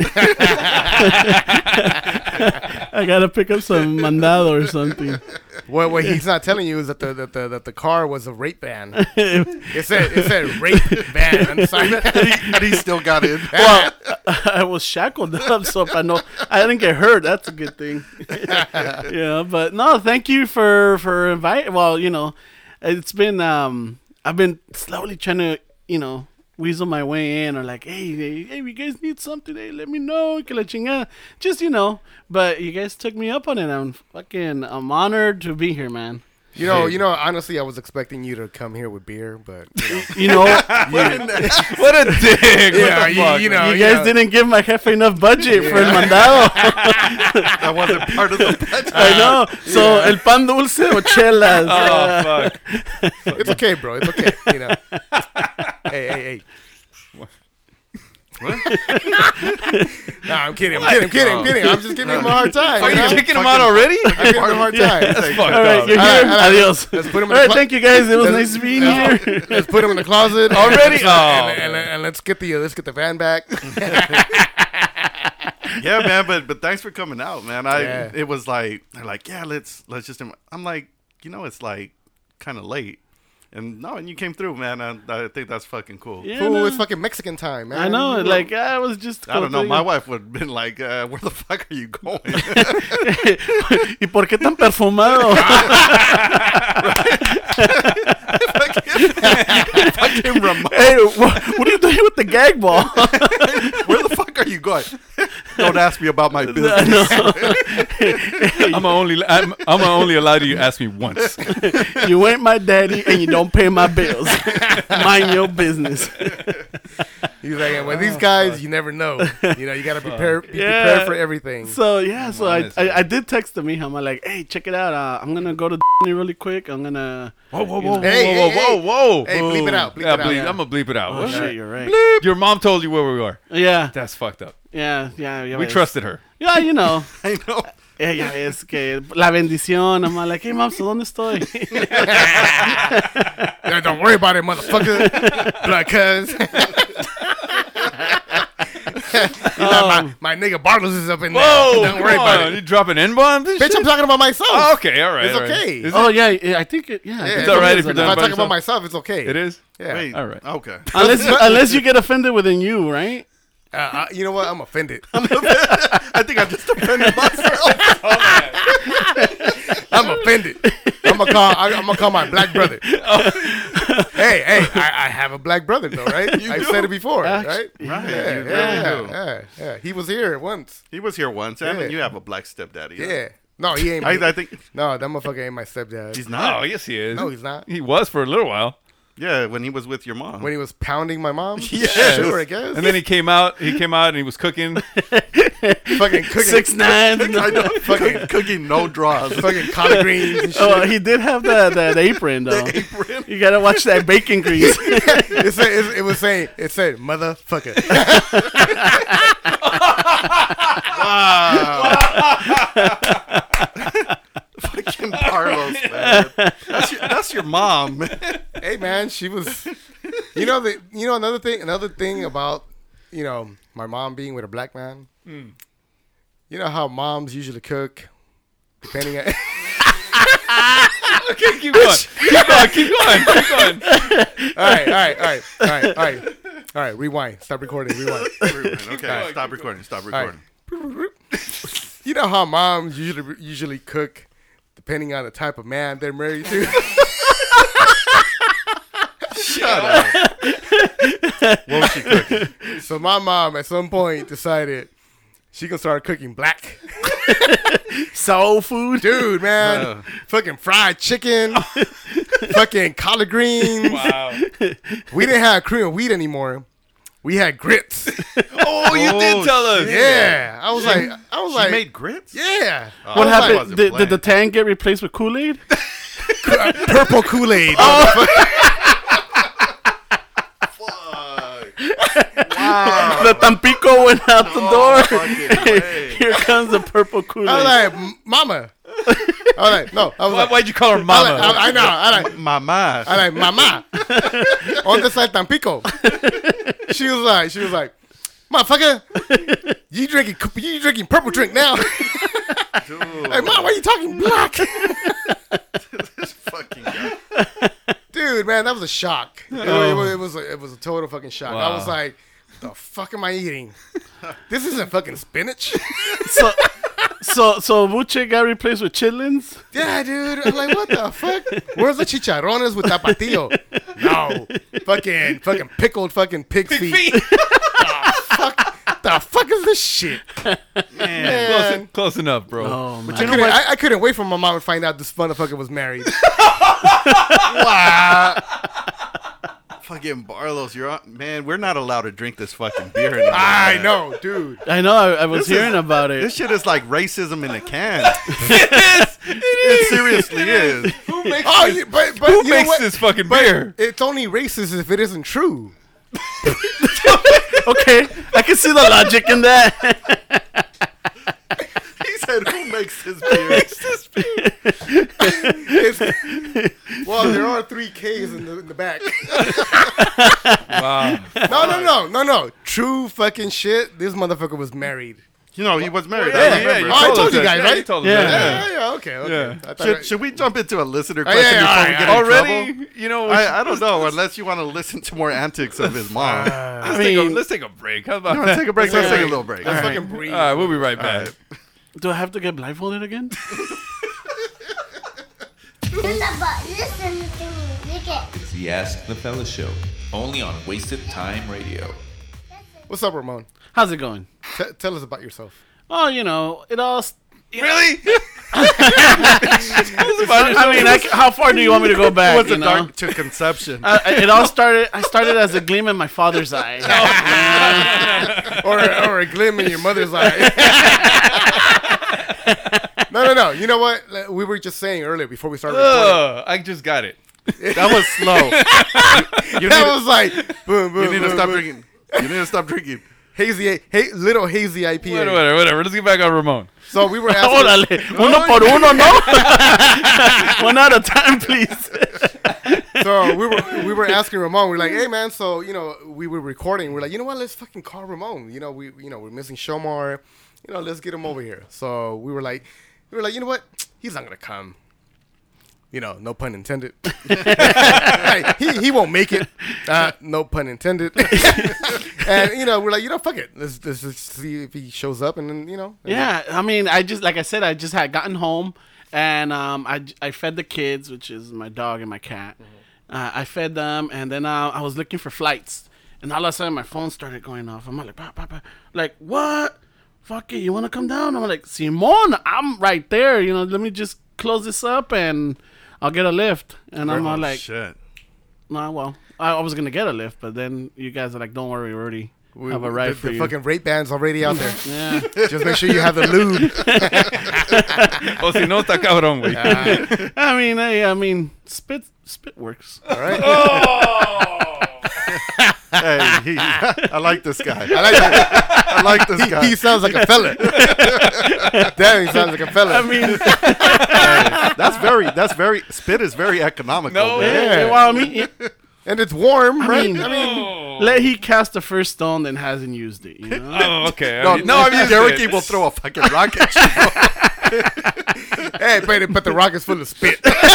[SPEAKER 8] (laughs) I gotta pick up some mandado or something.
[SPEAKER 5] What, what he's not telling you is that the that the, that the car was a rape van. It said it said rape van. I'm sorry.
[SPEAKER 7] and he still got in.
[SPEAKER 8] Well, (laughs) I was shackled up, so if I know I didn't get hurt, that's a good thing. (laughs) yeah, but no, thank you for for inviting. Well, you know, it's been um, I've been slowly trying to you know weasel my way in, or like, hey, hey, hey, you guys need something? Hey, let me know, que la chingada. Just you know, but you guys took me up on it. I'm fucking, I'm honored to be here, man.
[SPEAKER 5] You know, you know. Honestly, I was expecting you to come here with beer, but you know,
[SPEAKER 8] You know,
[SPEAKER 6] What a dick.
[SPEAKER 5] Yeah,
[SPEAKER 6] what the
[SPEAKER 5] you-
[SPEAKER 6] fuck,
[SPEAKER 5] you
[SPEAKER 6] man?
[SPEAKER 5] know.
[SPEAKER 8] you guys didn't give my jefe enough budget for el mandado.
[SPEAKER 7] That wasn't part of the budget.
[SPEAKER 8] I know. So el pan dulce o chelas.
[SPEAKER 6] Oh, fuck.
[SPEAKER 5] it's okay, bro. It's okay. You know. hey, hey, hey. no, I'm kidding. I'm kidding. I'm kidding. I'm kidding. I'm just giving him a hard time.
[SPEAKER 6] Are
[SPEAKER 5] you
[SPEAKER 6] you
[SPEAKER 5] know?
[SPEAKER 6] kicking him out already?
[SPEAKER 5] I'm giving him a hard time.
[SPEAKER 6] That's fucked
[SPEAKER 8] All right,
[SPEAKER 6] up.
[SPEAKER 8] you're
[SPEAKER 5] All right,
[SPEAKER 8] here.
[SPEAKER 5] all right.
[SPEAKER 8] Adios.
[SPEAKER 5] Let's put him in
[SPEAKER 8] All
[SPEAKER 5] the
[SPEAKER 8] right,
[SPEAKER 5] clo-
[SPEAKER 8] thank you guys. It was
[SPEAKER 5] Let's-
[SPEAKER 8] nice being
[SPEAKER 5] let's- (laughs)
[SPEAKER 8] here.
[SPEAKER 5] Let's put him in the closet
[SPEAKER 6] Already?
[SPEAKER 5] and,
[SPEAKER 6] Oh,
[SPEAKER 5] and, and let's get the uh, let's get the van back.
[SPEAKER 7] yeah, man. But but thanks for coming out, man. I
[SPEAKER 5] Yeah.
[SPEAKER 7] it was like they're like yeah, let's let's just. im-" I'm like you know it's like kind of late, and no, and you came through, man. I, I think that's fucking cool.
[SPEAKER 8] Yeah,
[SPEAKER 5] Ooh,
[SPEAKER 8] no,
[SPEAKER 5] it's fucking Mexican time, man.
[SPEAKER 8] I know. Like I was just.
[SPEAKER 7] I don't know. My wife would have been like, uh, "Where the fuck are you going?"
[SPEAKER 8] (laughs) ¿Y por qué tan perfumado?
[SPEAKER 7] Fucking Ramon,
[SPEAKER 8] hey, what, what are you doing with the gag ball? (laughs)
[SPEAKER 7] where the fuck are you going? Don't ask me about my business.
[SPEAKER 6] I'm only I'm I'm only allowed you to ask me once.
[SPEAKER 8] (laughs) you ain't my daddy, and you don't pay my bills. Mind your business.
[SPEAKER 5] He's like, "Yeah, with these guys, you never know. You know, you gotta prepare, be
[SPEAKER 8] Yeah.
[SPEAKER 5] prepared for everything.
[SPEAKER 8] So yeah, so I,
[SPEAKER 6] honest,
[SPEAKER 8] I
[SPEAKER 6] man.
[SPEAKER 8] I did text to Mija. I'm like, hey, check it out. Uh, I'm gonna go to (laughs) really quick. I'm gonna.
[SPEAKER 6] Whoa, whoa, whoa,
[SPEAKER 5] Hey,
[SPEAKER 6] whoa,
[SPEAKER 5] hey,
[SPEAKER 6] whoa, whoa,
[SPEAKER 5] hey.
[SPEAKER 6] whoa.
[SPEAKER 5] Hey, bleep it out, bleep
[SPEAKER 6] yeah,
[SPEAKER 5] it out.
[SPEAKER 6] bleep.
[SPEAKER 5] Yeah.
[SPEAKER 6] I'm gonna bleep it out.
[SPEAKER 8] Oh
[SPEAKER 6] What?
[SPEAKER 8] shit, you're right.
[SPEAKER 6] Bleep. Your mom told you where we were.
[SPEAKER 8] Yeah,
[SPEAKER 6] That's fucked up.
[SPEAKER 8] yeah, yeah, yeah.
[SPEAKER 6] We
[SPEAKER 8] ves.
[SPEAKER 6] trusted her.
[SPEAKER 8] (laughs) Yeah, you know.
[SPEAKER 7] I know.
[SPEAKER 8] Eh, ya ves que la bendición, I'm like, hey, mom, so ¿dónde estoy?
[SPEAKER 5] Yeah, don't worry about it, motherfucker. Blood cuz. (laughs) He's like, my, my nigga Bartles is up in there.
[SPEAKER 6] Whoa,
[SPEAKER 5] don't worry
[SPEAKER 6] come
[SPEAKER 5] about
[SPEAKER 6] on.
[SPEAKER 5] it.
[SPEAKER 6] You dropping n bombs?
[SPEAKER 5] Bitch, I'm talking about myself.
[SPEAKER 6] Oh, okay, all right.
[SPEAKER 5] It's
[SPEAKER 6] all right.
[SPEAKER 5] okay.
[SPEAKER 6] Is it-
[SPEAKER 8] oh, yeah, yeah, I think it, yeah. I think
[SPEAKER 5] Yeah,
[SPEAKER 6] It's all right
[SPEAKER 8] it
[SPEAKER 6] if
[SPEAKER 8] is
[SPEAKER 6] you're
[SPEAKER 5] If I talk
[SPEAKER 6] done by
[SPEAKER 5] about
[SPEAKER 6] yourself.
[SPEAKER 5] myself, it's okay.
[SPEAKER 6] It is.
[SPEAKER 5] Yeah. Oh,
[SPEAKER 7] Wait,
[SPEAKER 6] All right.
[SPEAKER 7] Okay.
[SPEAKER 8] Unless, unless you get offended within you, right?
[SPEAKER 5] Uh, uh, you know what? I'm offended.
[SPEAKER 7] I think I just
[SPEAKER 5] (laughs)
[SPEAKER 7] offended myself.
[SPEAKER 5] Oh, I'm offended. I'm gonna call. I, I'm gonna call my black brother. hey, hey, I, I have a black brother though, right? I said it before,
[SPEAKER 8] Actu-
[SPEAKER 5] right?
[SPEAKER 7] right.
[SPEAKER 5] Yeah,
[SPEAKER 7] you really
[SPEAKER 5] yeah,
[SPEAKER 7] do.
[SPEAKER 5] yeah, yeah. He was here once.
[SPEAKER 7] He was here once. I
[SPEAKER 5] Yeah.
[SPEAKER 7] mean, you have a black stepdaddy.
[SPEAKER 5] Yeah. No, he ain't.
[SPEAKER 7] I, I think
[SPEAKER 5] no, that motherfucker ain't my stepdad.
[SPEAKER 7] he's
[SPEAKER 6] Oh,
[SPEAKER 7] not.
[SPEAKER 6] yes, he is.
[SPEAKER 5] No, he's not.
[SPEAKER 6] He was for a little while,
[SPEAKER 7] Yeah, when he was with your mom. (laughs)
[SPEAKER 5] when he was pounding my mom.
[SPEAKER 6] Yes.
[SPEAKER 5] sure, I guess.
[SPEAKER 6] and then
[SPEAKER 5] (laughs)
[SPEAKER 6] he came out. He came out and he was cooking.
[SPEAKER 5] fucking cooking, (laughs)
[SPEAKER 8] Six nine. (laughs)
[SPEAKER 7] I know. Fucking cooking no draws.
[SPEAKER 5] fucking collard greens. And shit.
[SPEAKER 8] (laughs) Oh, he did have that that apron though. You gotta watch that bacon grease.
[SPEAKER 5] (laughs) it, said, it, it was saying, it said, motherfucker. (laughs)
[SPEAKER 7] Fucking Carlos, man. That's your, that's your mom, man.
[SPEAKER 5] hey man, she was. You know the, you know another thing, another thing about, you know, my mom being with a black man. You know how moms usually cook, depending on. (laughs)
[SPEAKER 6] Okay, keep going. keep going. Keep going. Keep going.
[SPEAKER 5] all right, all right, all right, all right, all right. All right, rewind. Stop recording. Rewind.
[SPEAKER 7] okay, stop recording. Stop
[SPEAKER 5] All
[SPEAKER 7] recording.
[SPEAKER 5] right. you know how moms usually usually cook, depending on the type of man they're married to.
[SPEAKER 7] What was she cooking?
[SPEAKER 5] so my mom at some point decided she gonna start cooking black.
[SPEAKER 8] (laughs) Soul food.
[SPEAKER 5] Dude, man, fucking fried chicken, fucking collard greens.
[SPEAKER 6] Wow.
[SPEAKER 5] We didn't have Korean wheat anymore. We had
[SPEAKER 7] (laughs)
[SPEAKER 5] grits.
[SPEAKER 6] Oh, you did tell us.
[SPEAKER 5] Yeah, I was like, I was like,
[SPEAKER 7] made Oh. grits.
[SPEAKER 5] yeah,
[SPEAKER 8] What
[SPEAKER 7] that
[SPEAKER 8] happened?
[SPEAKER 7] wasn't
[SPEAKER 8] Did, did
[SPEAKER 7] planned.
[SPEAKER 8] the tank get replaced with Kool Aid?
[SPEAKER 5] purple Kool Aid.
[SPEAKER 7] Oh,
[SPEAKER 8] the Tampico went out the (laughs) door.
[SPEAKER 7] Fucking
[SPEAKER 6] (laughs)
[SPEAKER 7] way.
[SPEAKER 8] Here comes the purple Kool
[SPEAKER 5] I was
[SPEAKER 8] Aid.
[SPEAKER 5] like, "M- Mama. I was like, no, I was
[SPEAKER 6] Why,
[SPEAKER 5] like,
[SPEAKER 6] why'd you call her
[SPEAKER 5] I,
[SPEAKER 6] mama?
[SPEAKER 5] was like, I, I know, I like,
[SPEAKER 7] My mind.
[SPEAKER 5] I like, Mama, on the side Tampico. she was like, she was like, motherfucker, you drinking, co- you drinking purple drink now? (laughs) like, mom, why you talking black?
[SPEAKER 7] fucking guy.
[SPEAKER 5] Dude, man, that was a shock. It, was- it was, it was, a, it was a total fucking shock. I was
[SPEAKER 6] Wow.
[SPEAKER 5] like, the fuck am I eating? This isn't fucking spinach.
[SPEAKER 8] so, so, so Vuce got replaced with chitlins.
[SPEAKER 5] Yeah, dude. I'm like, what the fuck? Where's the chicharrones with tapatio? No, fucking, fucking pickled, fucking pig, feet. The fuck is this shit?
[SPEAKER 6] close,
[SPEAKER 5] Man.
[SPEAKER 6] en- close enough, bro.
[SPEAKER 5] I couldn't, I, I couldn't wait for my mom to find out this motherfucker was
[SPEAKER 6] (laughs)
[SPEAKER 5] married.
[SPEAKER 7] Fucking Barlow's, you're on. Man, we're not allowed to drink this fucking beer anymore.
[SPEAKER 5] I
[SPEAKER 7] man.
[SPEAKER 5] know, dude.
[SPEAKER 8] I know. I, I was
[SPEAKER 7] This is-
[SPEAKER 8] hearing about it.
[SPEAKER 7] This shit is like racism in a can. it is. It seriously is.
[SPEAKER 5] Oh, you, but, but
[SPEAKER 6] Who
[SPEAKER 5] you know
[SPEAKER 6] makes
[SPEAKER 5] what?
[SPEAKER 6] this fucking
[SPEAKER 5] But
[SPEAKER 6] beer?
[SPEAKER 5] It's only racist if it isn't true.
[SPEAKER 8] okay, I can see the logic in that.
[SPEAKER 7] He said, "Who makes this beer?"
[SPEAKER 5] It's- well, there are three K's in the, in the (laughs) back.
[SPEAKER 6] Wow.
[SPEAKER 5] No, no, no, no, no. True fucking shit. This motherfucker was married.
[SPEAKER 7] You know, he was married.
[SPEAKER 6] Yeah,
[SPEAKER 7] I
[SPEAKER 6] yeah,
[SPEAKER 7] remember.
[SPEAKER 5] Oh, I
[SPEAKER 6] told
[SPEAKER 5] told
[SPEAKER 6] us
[SPEAKER 5] you
[SPEAKER 6] that.
[SPEAKER 5] guys,
[SPEAKER 6] Yeah,
[SPEAKER 5] right?
[SPEAKER 6] you told us
[SPEAKER 8] Yeah.
[SPEAKER 6] that.
[SPEAKER 5] Yeah, yeah, yeah, okay, okay.
[SPEAKER 6] Yeah.
[SPEAKER 5] I thought I-
[SPEAKER 7] Should, should we jump into a listener
[SPEAKER 5] Oh,
[SPEAKER 7] question
[SPEAKER 5] yeah,
[SPEAKER 7] before
[SPEAKER 5] all
[SPEAKER 7] we
[SPEAKER 5] right,
[SPEAKER 7] get
[SPEAKER 5] all
[SPEAKER 7] in
[SPEAKER 5] right.
[SPEAKER 6] Already?
[SPEAKER 7] trouble?
[SPEAKER 6] You know,
[SPEAKER 7] I, I don't know, unless you want to listen to more antics of his mom.
[SPEAKER 8] I
[SPEAKER 6] let's, take a,
[SPEAKER 8] mean,
[SPEAKER 6] let's take a break. How about
[SPEAKER 7] let's
[SPEAKER 6] that?
[SPEAKER 7] take a break. Let's take a little break.
[SPEAKER 5] Let's
[SPEAKER 7] All right.
[SPEAKER 5] fucking breathe.
[SPEAKER 6] All right, we'll be right back.
[SPEAKER 8] do I have to get blindfolded again?
[SPEAKER 9] Listen to me. Look at.
[SPEAKER 1] It's the Ask the Fella Show, only on Wasted Time Radio.
[SPEAKER 5] What's up, Ramon?
[SPEAKER 8] How's it going?
[SPEAKER 5] T- tell us about yourself.
[SPEAKER 8] Oh, you know, it all. s- (laughs)
[SPEAKER 6] Really?
[SPEAKER 8] I mean, I c how far do you want me to go back?
[SPEAKER 7] What's
[SPEAKER 8] you
[SPEAKER 7] the
[SPEAKER 8] know?
[SPEAKER 7] dark to conception?
[SPEAKER 8] I- I- it all started. I started as a gleam in my father's eye.
[SPEAKER 5] (laughs) Or, or a glim in your mother's eye. (laughs) no, no, no. You know what? Like, We were just saying earlier before we started recording.
[SPEAKER 6] Ugh, Oh, I just got it.
[SPEAKER 7] that was slow. You, you
[SPEAKER 5] That
[SPEAKER 7] need,
[SPEAKER 5] was like boom, boom,
[SPEAKER 7] you need to
[SPEAKER 5] boom,
[SPEAKER 7] stop
[SPEAKER 5] boom.
[SPEAKER 7] drinking. You need to stop drinking.
[SPEAKER 5] hazy, hey, little hazy IPA.
[SPEAKER 6] Whatever, whatever, whatever. Let's get back on Ramon.
[SPEAKER 5] So we
[SPEAKER 6] (laughs)
[SPEAKER 5] were asking.
[SPEAKER 8] Órale, uno por uno, no. One at a time, please.
[SPEAKER 5] So we were we were asking Ramon. We were like, hey man, so you know we were recording. We are like, you know what? Let's fucking call Ramon. You know we you know we're missing Shomar. You know let's get him over here. So we were like, we were like, you know what? He's not gonna come. You know, no pun intended. (laughs) Like, he, he won't make it. Uh, no pun intended. (laughs) and you know we're like, you know, fuck it. Let's let's just see if he shows up, and then you know. and
[SPEAKER 8] Yeah, I mean, I just like I said, I just had gotten home, and um, I I fed the kids, which is my dog and my cat.
[SPEAKER 5] Mm-hmm.
[SPEAKER 8] Uh, I fed them, and then uh, I was looking for flights, and all of a sudden my phone started going off. I'm like, bah, bah, bah. like what? Fuck it, you want to come down? I'm like, Simon, I'm right there. You know, let me just close this up, and I'll get a lift. And
[SPEAKER 5] Oh,
[SPEAKER 8] I'm all like,
[SPEAKER 7] shit.
[SPEAKER 8] Nah, well, I, I was gonna get a lift, but then you guys are like, don't worry, we already have a ride
[SPEAKER 5] the,
[SPEAKER 8] for
[SPEAKER 5] the
[SPEAKER 8] you.
[SPEAKER 5] fucking rape band's already out there.
[SPEAKER 8] yeah.
[SPEAKER 5] Just make sure you have the lube.
[SPEAKER 6] Oh, si no, está cabrón, güey.
[SPEAKER 8] I mean, I, I mean, spit spit works.
[SPEAKER 7] Hey, he, I like this
[SPEAKER 5] I
[SPEAKER 7] guy.
[SPEAKER 5] like that.
[SPEAKER 7] I like this guy.
[SPEAKER 5] He sounds like a fella. (laughs) Damn, he sounds like a fella.
[SPEAKER 8] I mean,
[SPEAKER 7] that's very. That's very. Spit is very economical.
[SPEAKER 6] No,
[SPEAKER 7] man.
[SPEAKER 8] yeah, well, I mean,
[SPEAKER 5] and it's warm, (laughs) right?
[SPEAKER 8] mean- let he cast the first stone that hasn't used it.
[SPEAKER 6] (laughs)
[SPEAKER 8] You know?
[SPEAKER 6] (laughs) Oh, okay.
[SPEAKER 7] No,
[SPEAKER 6] I mean, no, I mean,
[SPEAKER 7] Derek will throw a fucking rocket. at you.
[SPEAKER 5] (laughs) hey, but, but the rocket's full of
[SPEAKER 6] (laughs)
[SPEAKER 5] spit.
[SPEAKER 6] slapping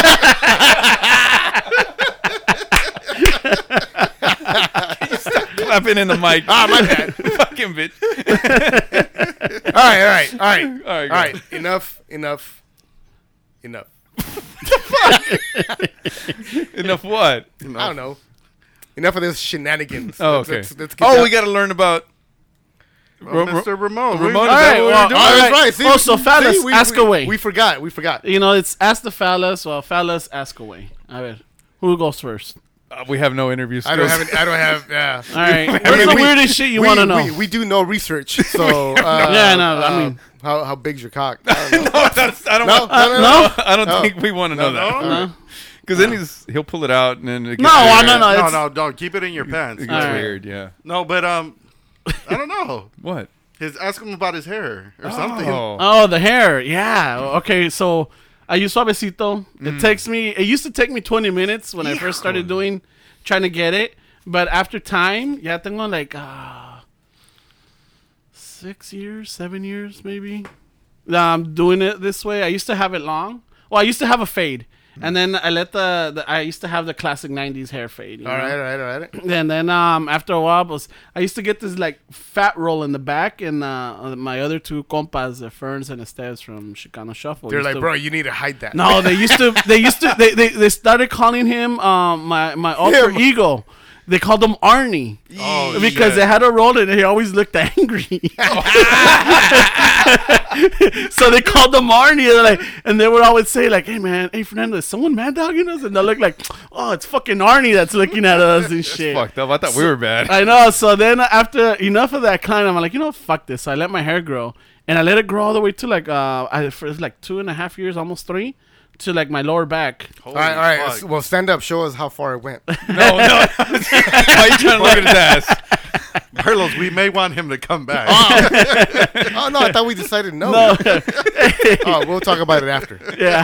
[SPEAKER 6] in the mic. ah, my bad. (laughs) Fucking bitch.
[SPEAKER 5] All right, all right, all right, all
[SPEAKER 6] All right,
[SPEAKER 5] right.
[SPEAKER 6] go.
[SPEAKER 5] Enough, enough, enough.
[SPEAKER 6] Enough what?
[SPEAKER 5] I don't know. Enough of this shenanigans.
[SPEAKER 6] Oh,
[SPEAKER 5] Let's-
[SPEAKER 6] okay.
[SPEAKER 5] let's- let's get
[SPEAKER 6] oh,
[SPEAKER 5] down-
[SPEAKER 6] we got to learn about. Ro- ro-
[SPEAKER 7] Mr. Ramon. we-
[SPEAKER 6] Ramon,
[SPEAKER 8] All
[SPEAKER 6] is that
[SPEAKER 8] right,
[SPEAKER 6] what we
[SPEAKER 8] well,
[SPEAKER 6] were doing?
[SPEAKER 5] Oh, that's
[SPEAKER 8] Alright.
[SPEAKER 5] right. See,
[SPEAKER 8] Oh, so
[SPEAKER 5] see,
[SPEAKER 8] fellas,
[SPEAKER 5] we-
[SPEAKER 8] ask
[SPEAKER 5] we-
[SPEAKER 8] away.
[SPEAKER 5] We forgot. We forgot.
[SPEAKER 8] You know, it's ask the fellas or fellas ask away. All right. Who goes first?
[SPEAKER 6] Uh, we have no interview
[SPEAKER 5] I
[SPEAKER 6] skills.
[SPEAKER 5] don't have. Any, I don't have. Yeah.
[SPEAKER 8] All right. What's
[SPEAKER 5] (laughs) I mean,
[SPEAKER 8] the
[SPEAKER 5] we-
[SPEAKER 8] weirdest shit you
[SPEAKER 5] we-
[SPEAKER 8] want to know?
[SPEAKER 5] We, we do no research, so uh,
[SPEAKER 8] Yeah, no, I
[SPEAKER 5] uh,
[SPEAKER 8] mean- Uh,
[SPEAKER 5] how how big's your cock? I
[SPEAKER 8] (laughs)
[SPEAKER 5] don't know.
[SPEAKER 6] (laughs) no, that's, I don't.
[SPEAKER 5] No,
[SPEAKER 6] want-
[SPEAKER 5] no, no, no.
[SPEAKER 8] no?
[SPEAKER 5] (laughs)
[SPEAKER 6] I don't think we want to know that. Because then he's, he'll pull it out and then it gets
[SPEAKER 8] No, I
[SPEAKER 6] weird.
[SPEAKER 8] don't know.
[SPEAKER 7] No,
[SPEAKER 8] It's-
[SPEAKER 7] no, don't keep it in your pants.
[SPEAKER 6] It gets
[SPEAKER 8] All right.
[SPEAKER 6] weird. Yeah.
[SPEAKER 7] No, but um, I don't know.
[SPEAKER 6] What?
[SPEAKER 7] His ask him about his hair or something.
[SPEAKER 6] Oh.
[SPEAKER 8] Oh, the hair. Yeah. Okay. So I use suavecito.
[SPEAKER 5] Mm.
[SPEAKER 8] It takes me. It used to take me 20 minutes when I first started doing, trying to get it. But after time, yeah, tengo like uh, six years, seven years maybe. that I'm doing it this way. I used to have it long. Well, I used to have a fade,
[SPEAKER 5] Mm.
[SPEAKER 8] and then I let the, the I used to have the classic 90s hair fade. you
[SPEAKER 5] All
[SPEAKER 8] know?
[SPEAKER 5] right, all right, all right.
[SPEAKER 8] And then um, after a while, I, was, I used to get this like fat roll in the back, and uh, my other two compas, the Ferns and Estes from Chicano Shuffle,
[SPEAKER 5] They're
[SPEAKER 8] used
[SPEAKER 5] like,
[SPEAKER 8] to-
[SPEAKER 5] bro, you need to hide that.
[SPEAKER 8] (laughs) No, they used to. They used to. They, they, they started calling him um, my my alter
[SPEAKER 5] Him.
[SPEAKER 8] ego. They called him Arnie
[SPEAKER 7] Oh,
[SPEAKER 8] because
[SPEAKER 7] shit.
[SPEAKER 8] they had a roll and he always
[SPEAKER 5] (laughs)
[SPEAKER 8] looked (laughs) angry. so they called them Arnie and, like, and they would always say like, "Hey man, hey Fernando, is someone mad dogging us?" And they look like, "Oh, it's fucking Arnie that's looking at us and shit."
[SPEAKER 6] Fucked up. I thought we were bad.
[SPEAKER 8] I know. So then after enough of that kind, I'm like, you know, fuck this. So I let my hair grow, and I let it grow all the way to like uh, I, for like two and a half years, almost three, to like my lower back.
[SPEAKER 5] all right, all right.
[SPEAKER 7] fuck.
[SPEAKER 5] Well, stand up. Show us how far it went.
[SPEAKER 8] (laughs)
[SPEAKER 5] (laughs)
[SPEAKER 6] no, no. Why you trying to look at his ass?
[SPEAKER 7] Carlos, we may want him to come back.
[SPEAKER 5] oh no, I thought we decided no. oh, we'll talk about it after.
[SPEAKER 8] (laughs) Yeah.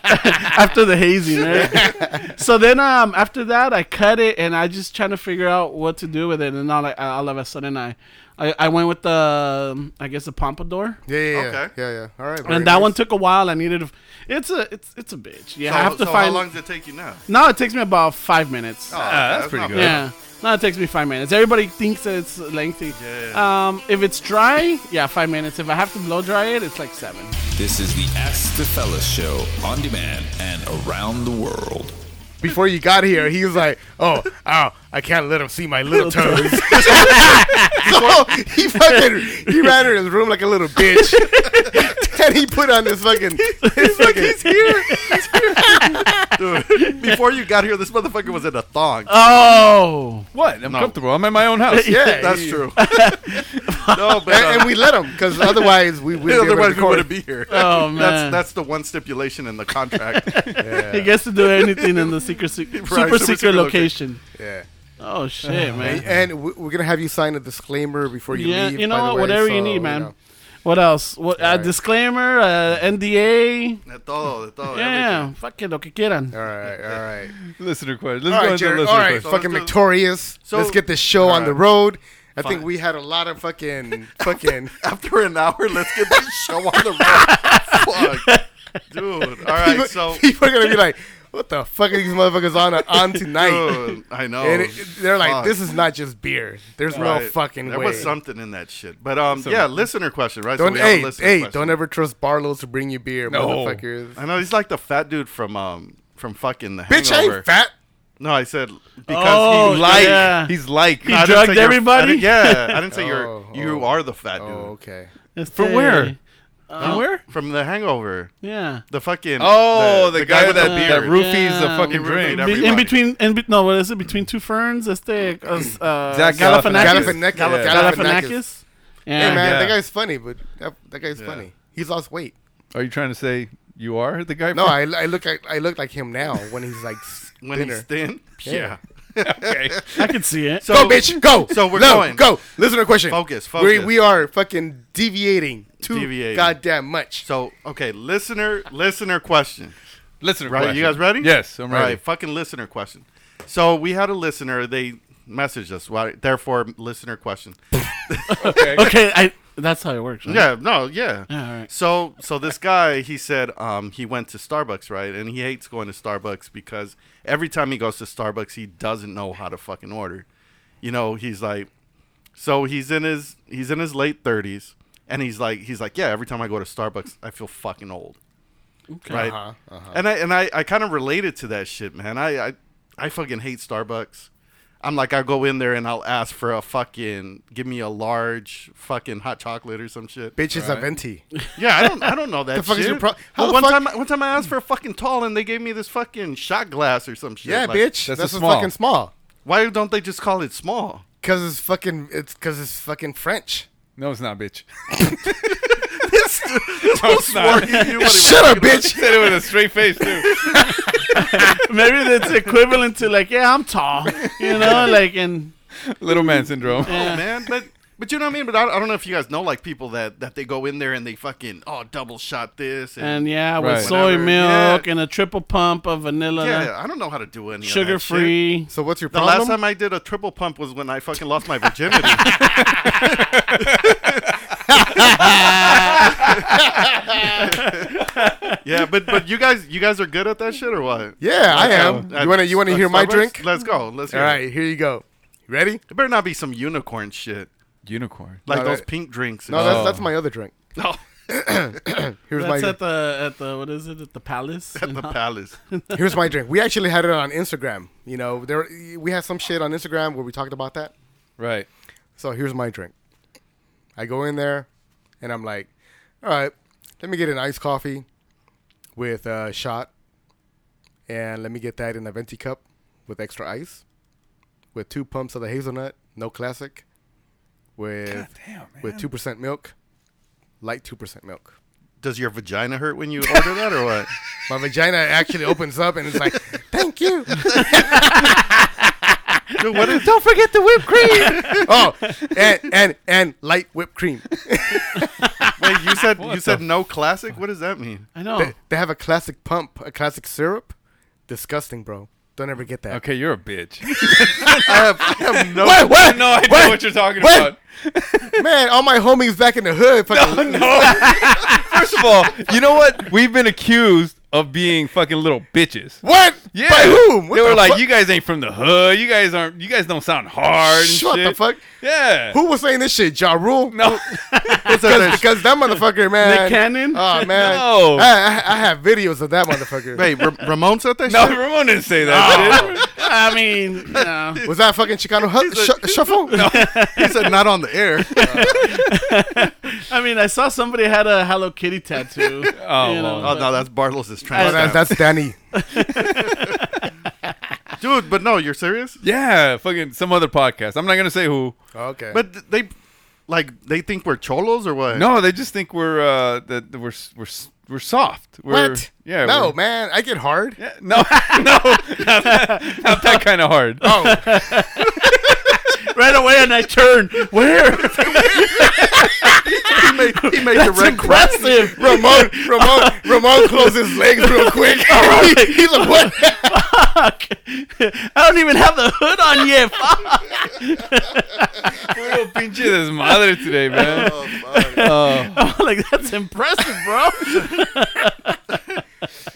[SPEAKER 8] (laughs) after the hazing, right? so then um after that I cut it and I just trying to figure out what to do with it and all like all of a sudden I I, I went with the um, I guess the pompadour.
[SPEAKER 5] Yeah, yeah, yeah,
[SPEAKER 7] Okay.
[SPEAKER 5] yeah, yeah. All right. very
[SPEAKER 8] And that
[SPEAKER 5] nice.
[SPEAKER 8] one took a while. I needed. A, it's a it's it's a bitch. Yeah,
[SPEAKER 7] so,
[SPEAKER 8] I have to
[SPEAKER 7] so
[SPEAKER 8] find.
[SPEAKER 7] how long does it take you now?
[SPEAKER 8] now it takes me about five minutes.
[SPEAKER 7] Oh,
[SPEAKER 6] that's
[SPEAKER 7] okay,
[SPEAKER 6] pretty
[SPEAKER 7] not
[SPEAKER 6] good.
[SPEAKER 7] bad.
[SPEAKER 8] Yeah. No, it takes me five minutes. Everybody thinks that it's lengthy.
[SPEAKER 7] Yeah.
[SPEAKER 8] Um, if it's dry, yeah, five minutes. If I have to blow dry it, it's like seven.
[SPEAKER 1] This is the Ask the Fellas show on demand and around the world.
[SPEAKER 5] Before you got here, he was like, "Oh, (laughs) oh, I can't let him see my little toes."
[SPEAKER 7] (laughs)
[SPEAKER 5] so he fucking he ran in his room like a little bitch, and he put on this fucking his fucking
[SPEAKER 7] (laughs) Dude, before you got here, this motherfucker was in a thong.
[SPEAKER 8] (laughs) Oh,
[SPEAKER 6] What? I'm
[SPEAKER 7] No.
[SPEAKER 6] comfortable. I'm in my own house.
[SPEAKER 5] yeah.
[SPEAKER 7] That's
[SPEAKER 5] he-
[SPEAKER 7] true. no,
[SPEAKER 5] And,
[SPEAKER 7] but uh,
[SPEAKER 5] and we let him because otherwise we would
[SPEAKER 7] otherwise we wouldn't be
[SPEAKER 5] (laughs)
[SPEAKER 7] here.
[SPEAKER 8] Oh, man.
[SPEAKER 7] that's that's the one stipulation in the contract.
[SPEAKER 8] (laughs) he gets to do anything in the
[SPEAKER 5] (laughs)
[SPEAKER 8] secret, se- super,
[SPEAKER 7] super
[SPEAKER 8] secret,
[SPEAKER 7] secret
[SPEAKER 8] location.
[SPEAKER 5] Yeah.
[SPEAKER 8] Oh shit, man.
[SPEAKER 5] And we- we're gonna have you sign a disclaimer before you
[SPEAKER 8] yeah,
[SPEAKER 5] leave.
[SPEAKER 8] you
[SPEAKER 5] by
[SPEAKER 8] know
[SPEAKER 5] the
[SPEAKER 8] what?
[SPEAKER 5] way,
[SPEAKER 8] Whatever you
[SPEAKER 5] so,
[SPEAKER 8] need, man.
[SPEAKER 5] know.
[SPEAKER 8] What else? What uh,
[SPEAKER 5] Alright.
[SPEAKER 8] disclaimer? Uh, NDA.
[SPEAKER 7] That's all. That's
[SPEAKER 5] Oh,
[SPEAKER 7] all.
[SPEAKER 8] Yeah,
[SPEAKER 7] everything.
[SPEAKER 8] fuck it, lo que quieran.
[SPEAKER 5] All right, all right,
[SPEAKER 6] (laughs) Listener question. Let's
[SPEAKER 5] all
[SPEAKER 6] go
[SPEAKER 5] right,
[SPEAKER 6] into the
[SPEAKER 5] Jared. All
[SPEAKER 6] listener
[SPEAKER 5] right,
[SPEAKER 6] question.
[SPEAKER 5] fucking
[SPEAKER 7] let's do-
[SPEAKER 5] victorious.
[SPEAKER 7] So-
[SPEAKER 5] let's get this show on
[SPEAKER 7] Alright.
[SPEAKER 5] the road. I think we had a lot of
[SPEAKER 7] (laughs)
[SPEAKER 5] fucking fucking.
[SPEAKER 7] After an hour, let's get this show on the road. Fuck, dude. All right,
[SPEAKER 5] people,
[SPEAKER 7] so
[SPEAKER 5] (laughs) people are gonna be like, "What the fuck are these motherfuckers on on tonight?"
[SPEAKER 7] dude, I know.
[SPEAKER 5] and it, they're like,
[SPEAKER 7] Oh, Fuck.
[SPEAKER 5] "This is not just beer. There's no
[SPEAKER 7] Right.
[SPEAKER 5] fucking
[SPEAKER 7] There
[SPEAKER 5] way."
[SPEAKER 7] was something in that shit, but um, yeah, listener question, right? So
[SPEAKER 5] don't
[SPEAKER 7] we have a
[SPEAKER 5] hey
[SPEAKER 7] listener
[SPEAKER 5] hey
[SPEAKER 7] question.
[SPEAKER 5] don't ever trust Barlow's to bring you beer,
[SPEAKER 6] No.
[SPEAKER 5] motherfuckers.
[SPEAKER 7] I know he's like the fat dude from um from fucking the
[SPEAKER 5] Bitch, I
[SPEAKER 7] Hangover.
[SPEAKER 5] ain't fat.
[SPEAKER 7] No, I said because
[SPEAKER 8] Oh,
[SPEAKER 7] he
[SPEAKER 6] Like,
[SPEAKER 8] Yeah.
[SPEAKER 6] he's like.
[SPEAKER 8] He
[SPEAKER 7] I didn't
[SPEAKER 8] drugged
[SPEAKER 7] say you're-
[SPEAKER 8] everybody?
[SPEAKER 7] I didn't- yeah, I didn't say
[SPEAKER 5] Oh,
[SPEAKER 7] you're you
[SPEAKER 5] oh.
[SPEAKER 7] are the fat dude
[SPEAKER 5] Oh, okay.
[SPEAKER 6] From where?
[SPEAKER 8] Uh, where?
[SPEAKER 7] from the Hangover.
[SPEAKER 8] Yeah.
[SPEAKER 7] The
[SPEAKER 6] (laughs)
[SPEAKER 7] fucking
[SPEAKER 6] Oh, the, guy, with that,
[SPEAKER 8] the
[SPEAKER 6] that
[SPEAKER 8] beard.
[SPEAKER 6] roofies the
[SPEAKER 8] Yeah.
[SPEAKER 6] fucking
[SPEAKER 7] He
[SPEAKER 6] drink.
[SPEAKER 7] roofied
[SPEAKER 8] Be- in
[SPEAKER 7] Everybody.
[SPEAKER 8] between, in be- no, what is it? Between two ferns, este uh, uh,
[SPEAKER 6] Zach
[SPEAKER 8] Galifianakis.
[SPEAKER 5] Galifianakis.
[SPEAKER 6] Galifianakis.
[SPEAKER 8] Galifianakis. Yeah,
[SPEAKER 5] Hey man,
[SPEAKER 6] Yeah.
[SPEAKER 5] that guy's funny, but that, that guy's
[SPEAKER 7] Yeah.
[SPEAKER 5] funny. He's lost weight.
[SPEAKER 6] Are you trying to say you are the guy?
[SPEAKER 5] No,
[SPEAKER 6] from-
[SPEAKER 5] I, I look like I look like him now when he's
[SPEAKER 7] (laughs)
[SPEAKER 5] like
[SPEAKER 7] when
[SPEAKER 5] thinner.
[SPEAKER 7] he's thin. Yeah.
[SPEAKER 6] (laughs) okay.
[SPEAKER 8] I can see it.
[SPEAKER 5] go, bitch, go.
[SPEAKER 7] so we're
[SPEAKER 5] No,
[SPEAKER 7] going.
[SPEAKER 5] Go. Listener question.
[SPEAKER 7] Focus,
[SPEAKER 5] We,
[SPEAKER 7] focus.
[SPEAKER 5] we are fucking deviating too
[SPEAKER 7] Deviating.
[SPEAKER 5] goddamn much.
[SPEAKER 7] So okay, listener listener question.
[SPEAKER 6] Listener
[SPEAKER 7] Right,
[SPEAKER 6] question.
[SPEAKER 7] you guys ready?
[SPEAKER 6] Yes, I'm
[SPEAKER 7] All
[SPEAKER 6] ready.
[SPEAKER 7] right, fucking listener question. So we had a listener. They messaged us. Why? Therefore, listener question.
[SPEAKER 8] (laughs) Okay, I. That's how it works. Right?
[SPEAKER 7] Yeah, no, yeah.
[SPEAKER 8] Yeah, all right.
[SPEAKER 7] So, so this guy, he said, um, he went to Starbucks, right? And he hates going to Starbucks because every time he goes to Starbucks, he doesn't know how to fucking order, you know, he's like, so he's in his he's in his late thirties, and he's like he's like, yeah, every time I go to Starbucks, I feel fucking old,
[SPEAKER 8] Uh-huh,
[SPEAKER 7] right? And I and I, I kind of related to that shit, man. I, I I fucking hate Starbucks. I'm like, I go in there and I'll ask for a fucking, give me a large fucking hot chocolate or some shit.
[SPEAKER 5] Bitch is a venti.
[SPEAKER 7] Yeah, I don't, I don't
[SPEAKER 5] (laughs)
[SPEAKER 7] know that
[SPEAKER 5] The fuck is
[SPEAKER 7] shit.
[SPEAKER 5] your pro- how
[SPEAKER 7] Well,
[SPEAKER 5] the
[SPEAKER 7] one
[SPEAKER 5] fuck-
[SPEAKER 7] time, one time I asked for a fucking tall, and they gave me this fucking shot glass or some shit.
[SPEAKER 5] Yeah,
[SPEAKER 7] Like,
[SPEAKER 5] bitch.
[SPEAKER 6] That's
[SPEAKER 5] That's,
[SPEAKER 6] a
[SPEAKER 5] a
[SPEAKER 6] small.
[SPEAKER 5] fucking small.
[SPEAKER 7] Why don't they just call
[SPEAKER 5] (laughs)
[SPEAKER 7] it small? (laughs)
[SPEAKER 5] Cause it's fucking. It's cause it's fucking French.
[SPEAKER 6] No, it's not, bitch. (laughs)
[SPEAKER 5] Shut up, bitch. (laughs)
[SPEAKER 6] said it with a straight face too.
[SPEAKER 8] (laughs) Maybe that's equivalent to like, yeah, I'm tall, you know, like, and
[SPEAKER 6] Little man syndrome.
[SPEAKER 7] (laughs) Oh, man, but but you know what I mean. But I, I don't know if you guys know like people that that they go in there and they fucking oh double shot this and,
[SPEAKER 8] and yeah, with
[SPEAKER 6] Right.
[SPEAKER 8] soy
[SPEAKER 7] Whatever.
[SPEAKER 8] milk
[SPEAKER 7] Yeah.
[SPEAKER 8] and a triple pump of vanilla,
[SPEAKER 7] yeah, I don't know how to do any of that
[SPEAKER 8] sugar free.
[SPEAKER 5] So what's your
[SPEAKER 7] shit. The
[SPEAKER 5] problem?
[SPEAKER 7] last time I did a triple pump was when I fucking lost my virginity. yeah, but but you guys you guys are good at that shit or what?
[SPEAKER 5] yeah, I am.
[SPEAKER 7] At-
[SPEAKER 5] you wanna you wanna
[SPEAKER 7] at
[SPEAKER 5] hear my
[SPEAKER 7] Starbucks?
[SPEAKER 5] drink?
[SPEAKER 7] Let's go. Let's
[SPEAKER 5] All
[SPEAKER 7] hear it.
[SPEAKER 5] right, here you go. You ready?
[SPEAKER 7] It better not be some unicorn shit.
[SPEAKER 6] Unicorn.
[SPEAKER 7] Like
[SPEAKER 5] No,
[SPEAKER 7] those
[SPEAKER 5] that-
[SPEAKER 7] pink drinks. Oh,
[SPEAKER 5] No,
[SPEAKER 6] Oh.
[SPEAKER 5] that's that's my other drink.
[SPEAKER 7] (laughs) no.
[SPEAKER 5] Here's
[SPEAKER 8] That's
[SPEAKER 5] my
[SPEAKER 8] at the at the what is it at the palace?
[SPEAKER 7] At the palace.
[SPEAKER 5] here's my drink. We actually had it on Instagram. You know, there we had some shit on Instagram where we talked about that.
[SPEAKER 6] Right.
[SPEAKER 5] So here's my drink. I go in there, and I'm like, all right, let me get an iced coffee with a shot, and let me get that in a venti cup with extra ice, with two pumps of the hazelnut, no classic, with with two percent milk, light two percent milk.
[SPEAKER 7] Does your vagina hurt when you order that or what?
[SPEAKER 5] My vagina actually opens up and it's like, thank you.
[SPEAKER 7] Dude, what is
[SPEAKER 5] Don't forget the whipped cream. oh, and and and light whipped cream.
[SPEAKER 7] wait, you said you said no classic? What does that mean?
[SPEAKER 8] (laughs) I
[SPEAKER 5] (laughs)
[SPEAKER 8] know.
[SPEAKER 5] They, they have a classic pump, a classic syrup. Disgusting, bro. Don't ever get that.
[SPEAKER 6] Okay, you're a
[SPEAKER 7] (laughs)
[SPEAKER 6] bitch.
[SPEAKER 5] I have, I have no.
[SPEAKER 6] what?
[SPEAKER 5] What?
[SPEAKER 6] (laughs) No, I know
[SPEAKER 5] What?
[SPEAKER 6] what you're talking
[SPEAKER 5] What?
[SPEAKER 6] about.
[SPEAKER 5] Man, all my homies back in the
[SPEAKER 6] (laughs)
[SPEAKER 5] hood. Fucking, (laughs)
[SPEAKER 6] First of all, you know what? We've been accused of being fucking little bitches.
[SPEAKER 5] What?
[SPEAKER 6] Yeah.
[SPEAKER 5] By whom? What
[SPEAKER 6] they were
[SPEAKER 5] the
[SPEAKER 6] like,
[SPEAKER 5] fuck?
[SPEAKER 6] you guys ain't from the hood. You guys aren't. You guys don't sound hard. And
[SPEAKER 5] Shh, what the
[SPEAKER 6] shit."
[SPEAKER 5] fuck?
[SPEAKER 6] Yeah.
[SPEAKER 5] Who was saying this shit? Ja Rule?
[SPEAKER 6] No. (laughs)
[SPEAKER 5] Because because that motherfucker, man.
[SPEAKER 8] Nick Cannon?
[SPEAKER 5] Oh, man.
[SPEAKER 6] No.
[SPEAKER 5] I, I, I have videos of that motherfucker.
[SPEAKER 7] Wait, Ra- Ramon said that
[SPEAKER 6] no,
[SPEAKER 7] shit?
[SPEAKER 6] Ramon didn't say (laughs) that. did he?
[SPEAKER 8] Oh. I mean, you know.
[SPEAKER 5] Was that fucking Chicano hut?
[SPEAKER 6] (laughs)
[SPEAKER 5] Sh- shuffle?
[SPEAKER 7] He said not on the air.
[SPEAKER 8] I mean, I saw somebody had a Hello Kitty tattoo.
[SPEAKER 6] Oh,
[SPEAKER 8] you know,
[SPEAKER 6] well,
[SPEAKER 7] oh no, that's Bartles' trans.
[SPEAKER 5] Oh, That- that's
[SPEAKER 6] (laughs)
[SPEAKER 5] Danny.
[SPEAKER 7] Dude, but no, you're serious?
[SPEAKER 6] yeah. Fucking some other podcast. I'm not gonna say who.
[SPEAKER 5] Okay.
[SPEAKER 7] But th- they like they think we're cholos or (laughs) what?
[SPEAKER 6] No, they just think we're uh that that we're s- we're s- we're soft. We're,
[SPEAKER 5] what?
[SPEAKER 6] Yeah.
[SPEAKER 5] No,
[SPEAKER 6] we're-
[SPEAKER 5] man. I get hard.
[SPEAKER 6] Yeah, (laughs) no, no, not, that- not that kind of hard.
[SPEAKER 5] Oh.
[SPEAKER 6] (laughs)
[SPEAKER 8] right away, and I turn. Where?
[SPEAKER 7] he made, he made the red
[SPEAKER 8] Impressive.
[SPEAKER 5] Ramon, Ramon, Ramon closed his legs real quick.
[SPEAKER 6] (laughs) Oh,
[SPEAKER 5] (laughs) He- he's like, what?
[SPEAKER 8] Fuck. I don't even have the hood on yet. (laughs) Fuck.
[SPEAKER 6] Puro pinche desmadre today, man.
[SPEAKER 7] (laughs) Oh,
[SPEAKER 6] Uh,
[SPEAKER 8] I'm like, that's impressive, bro.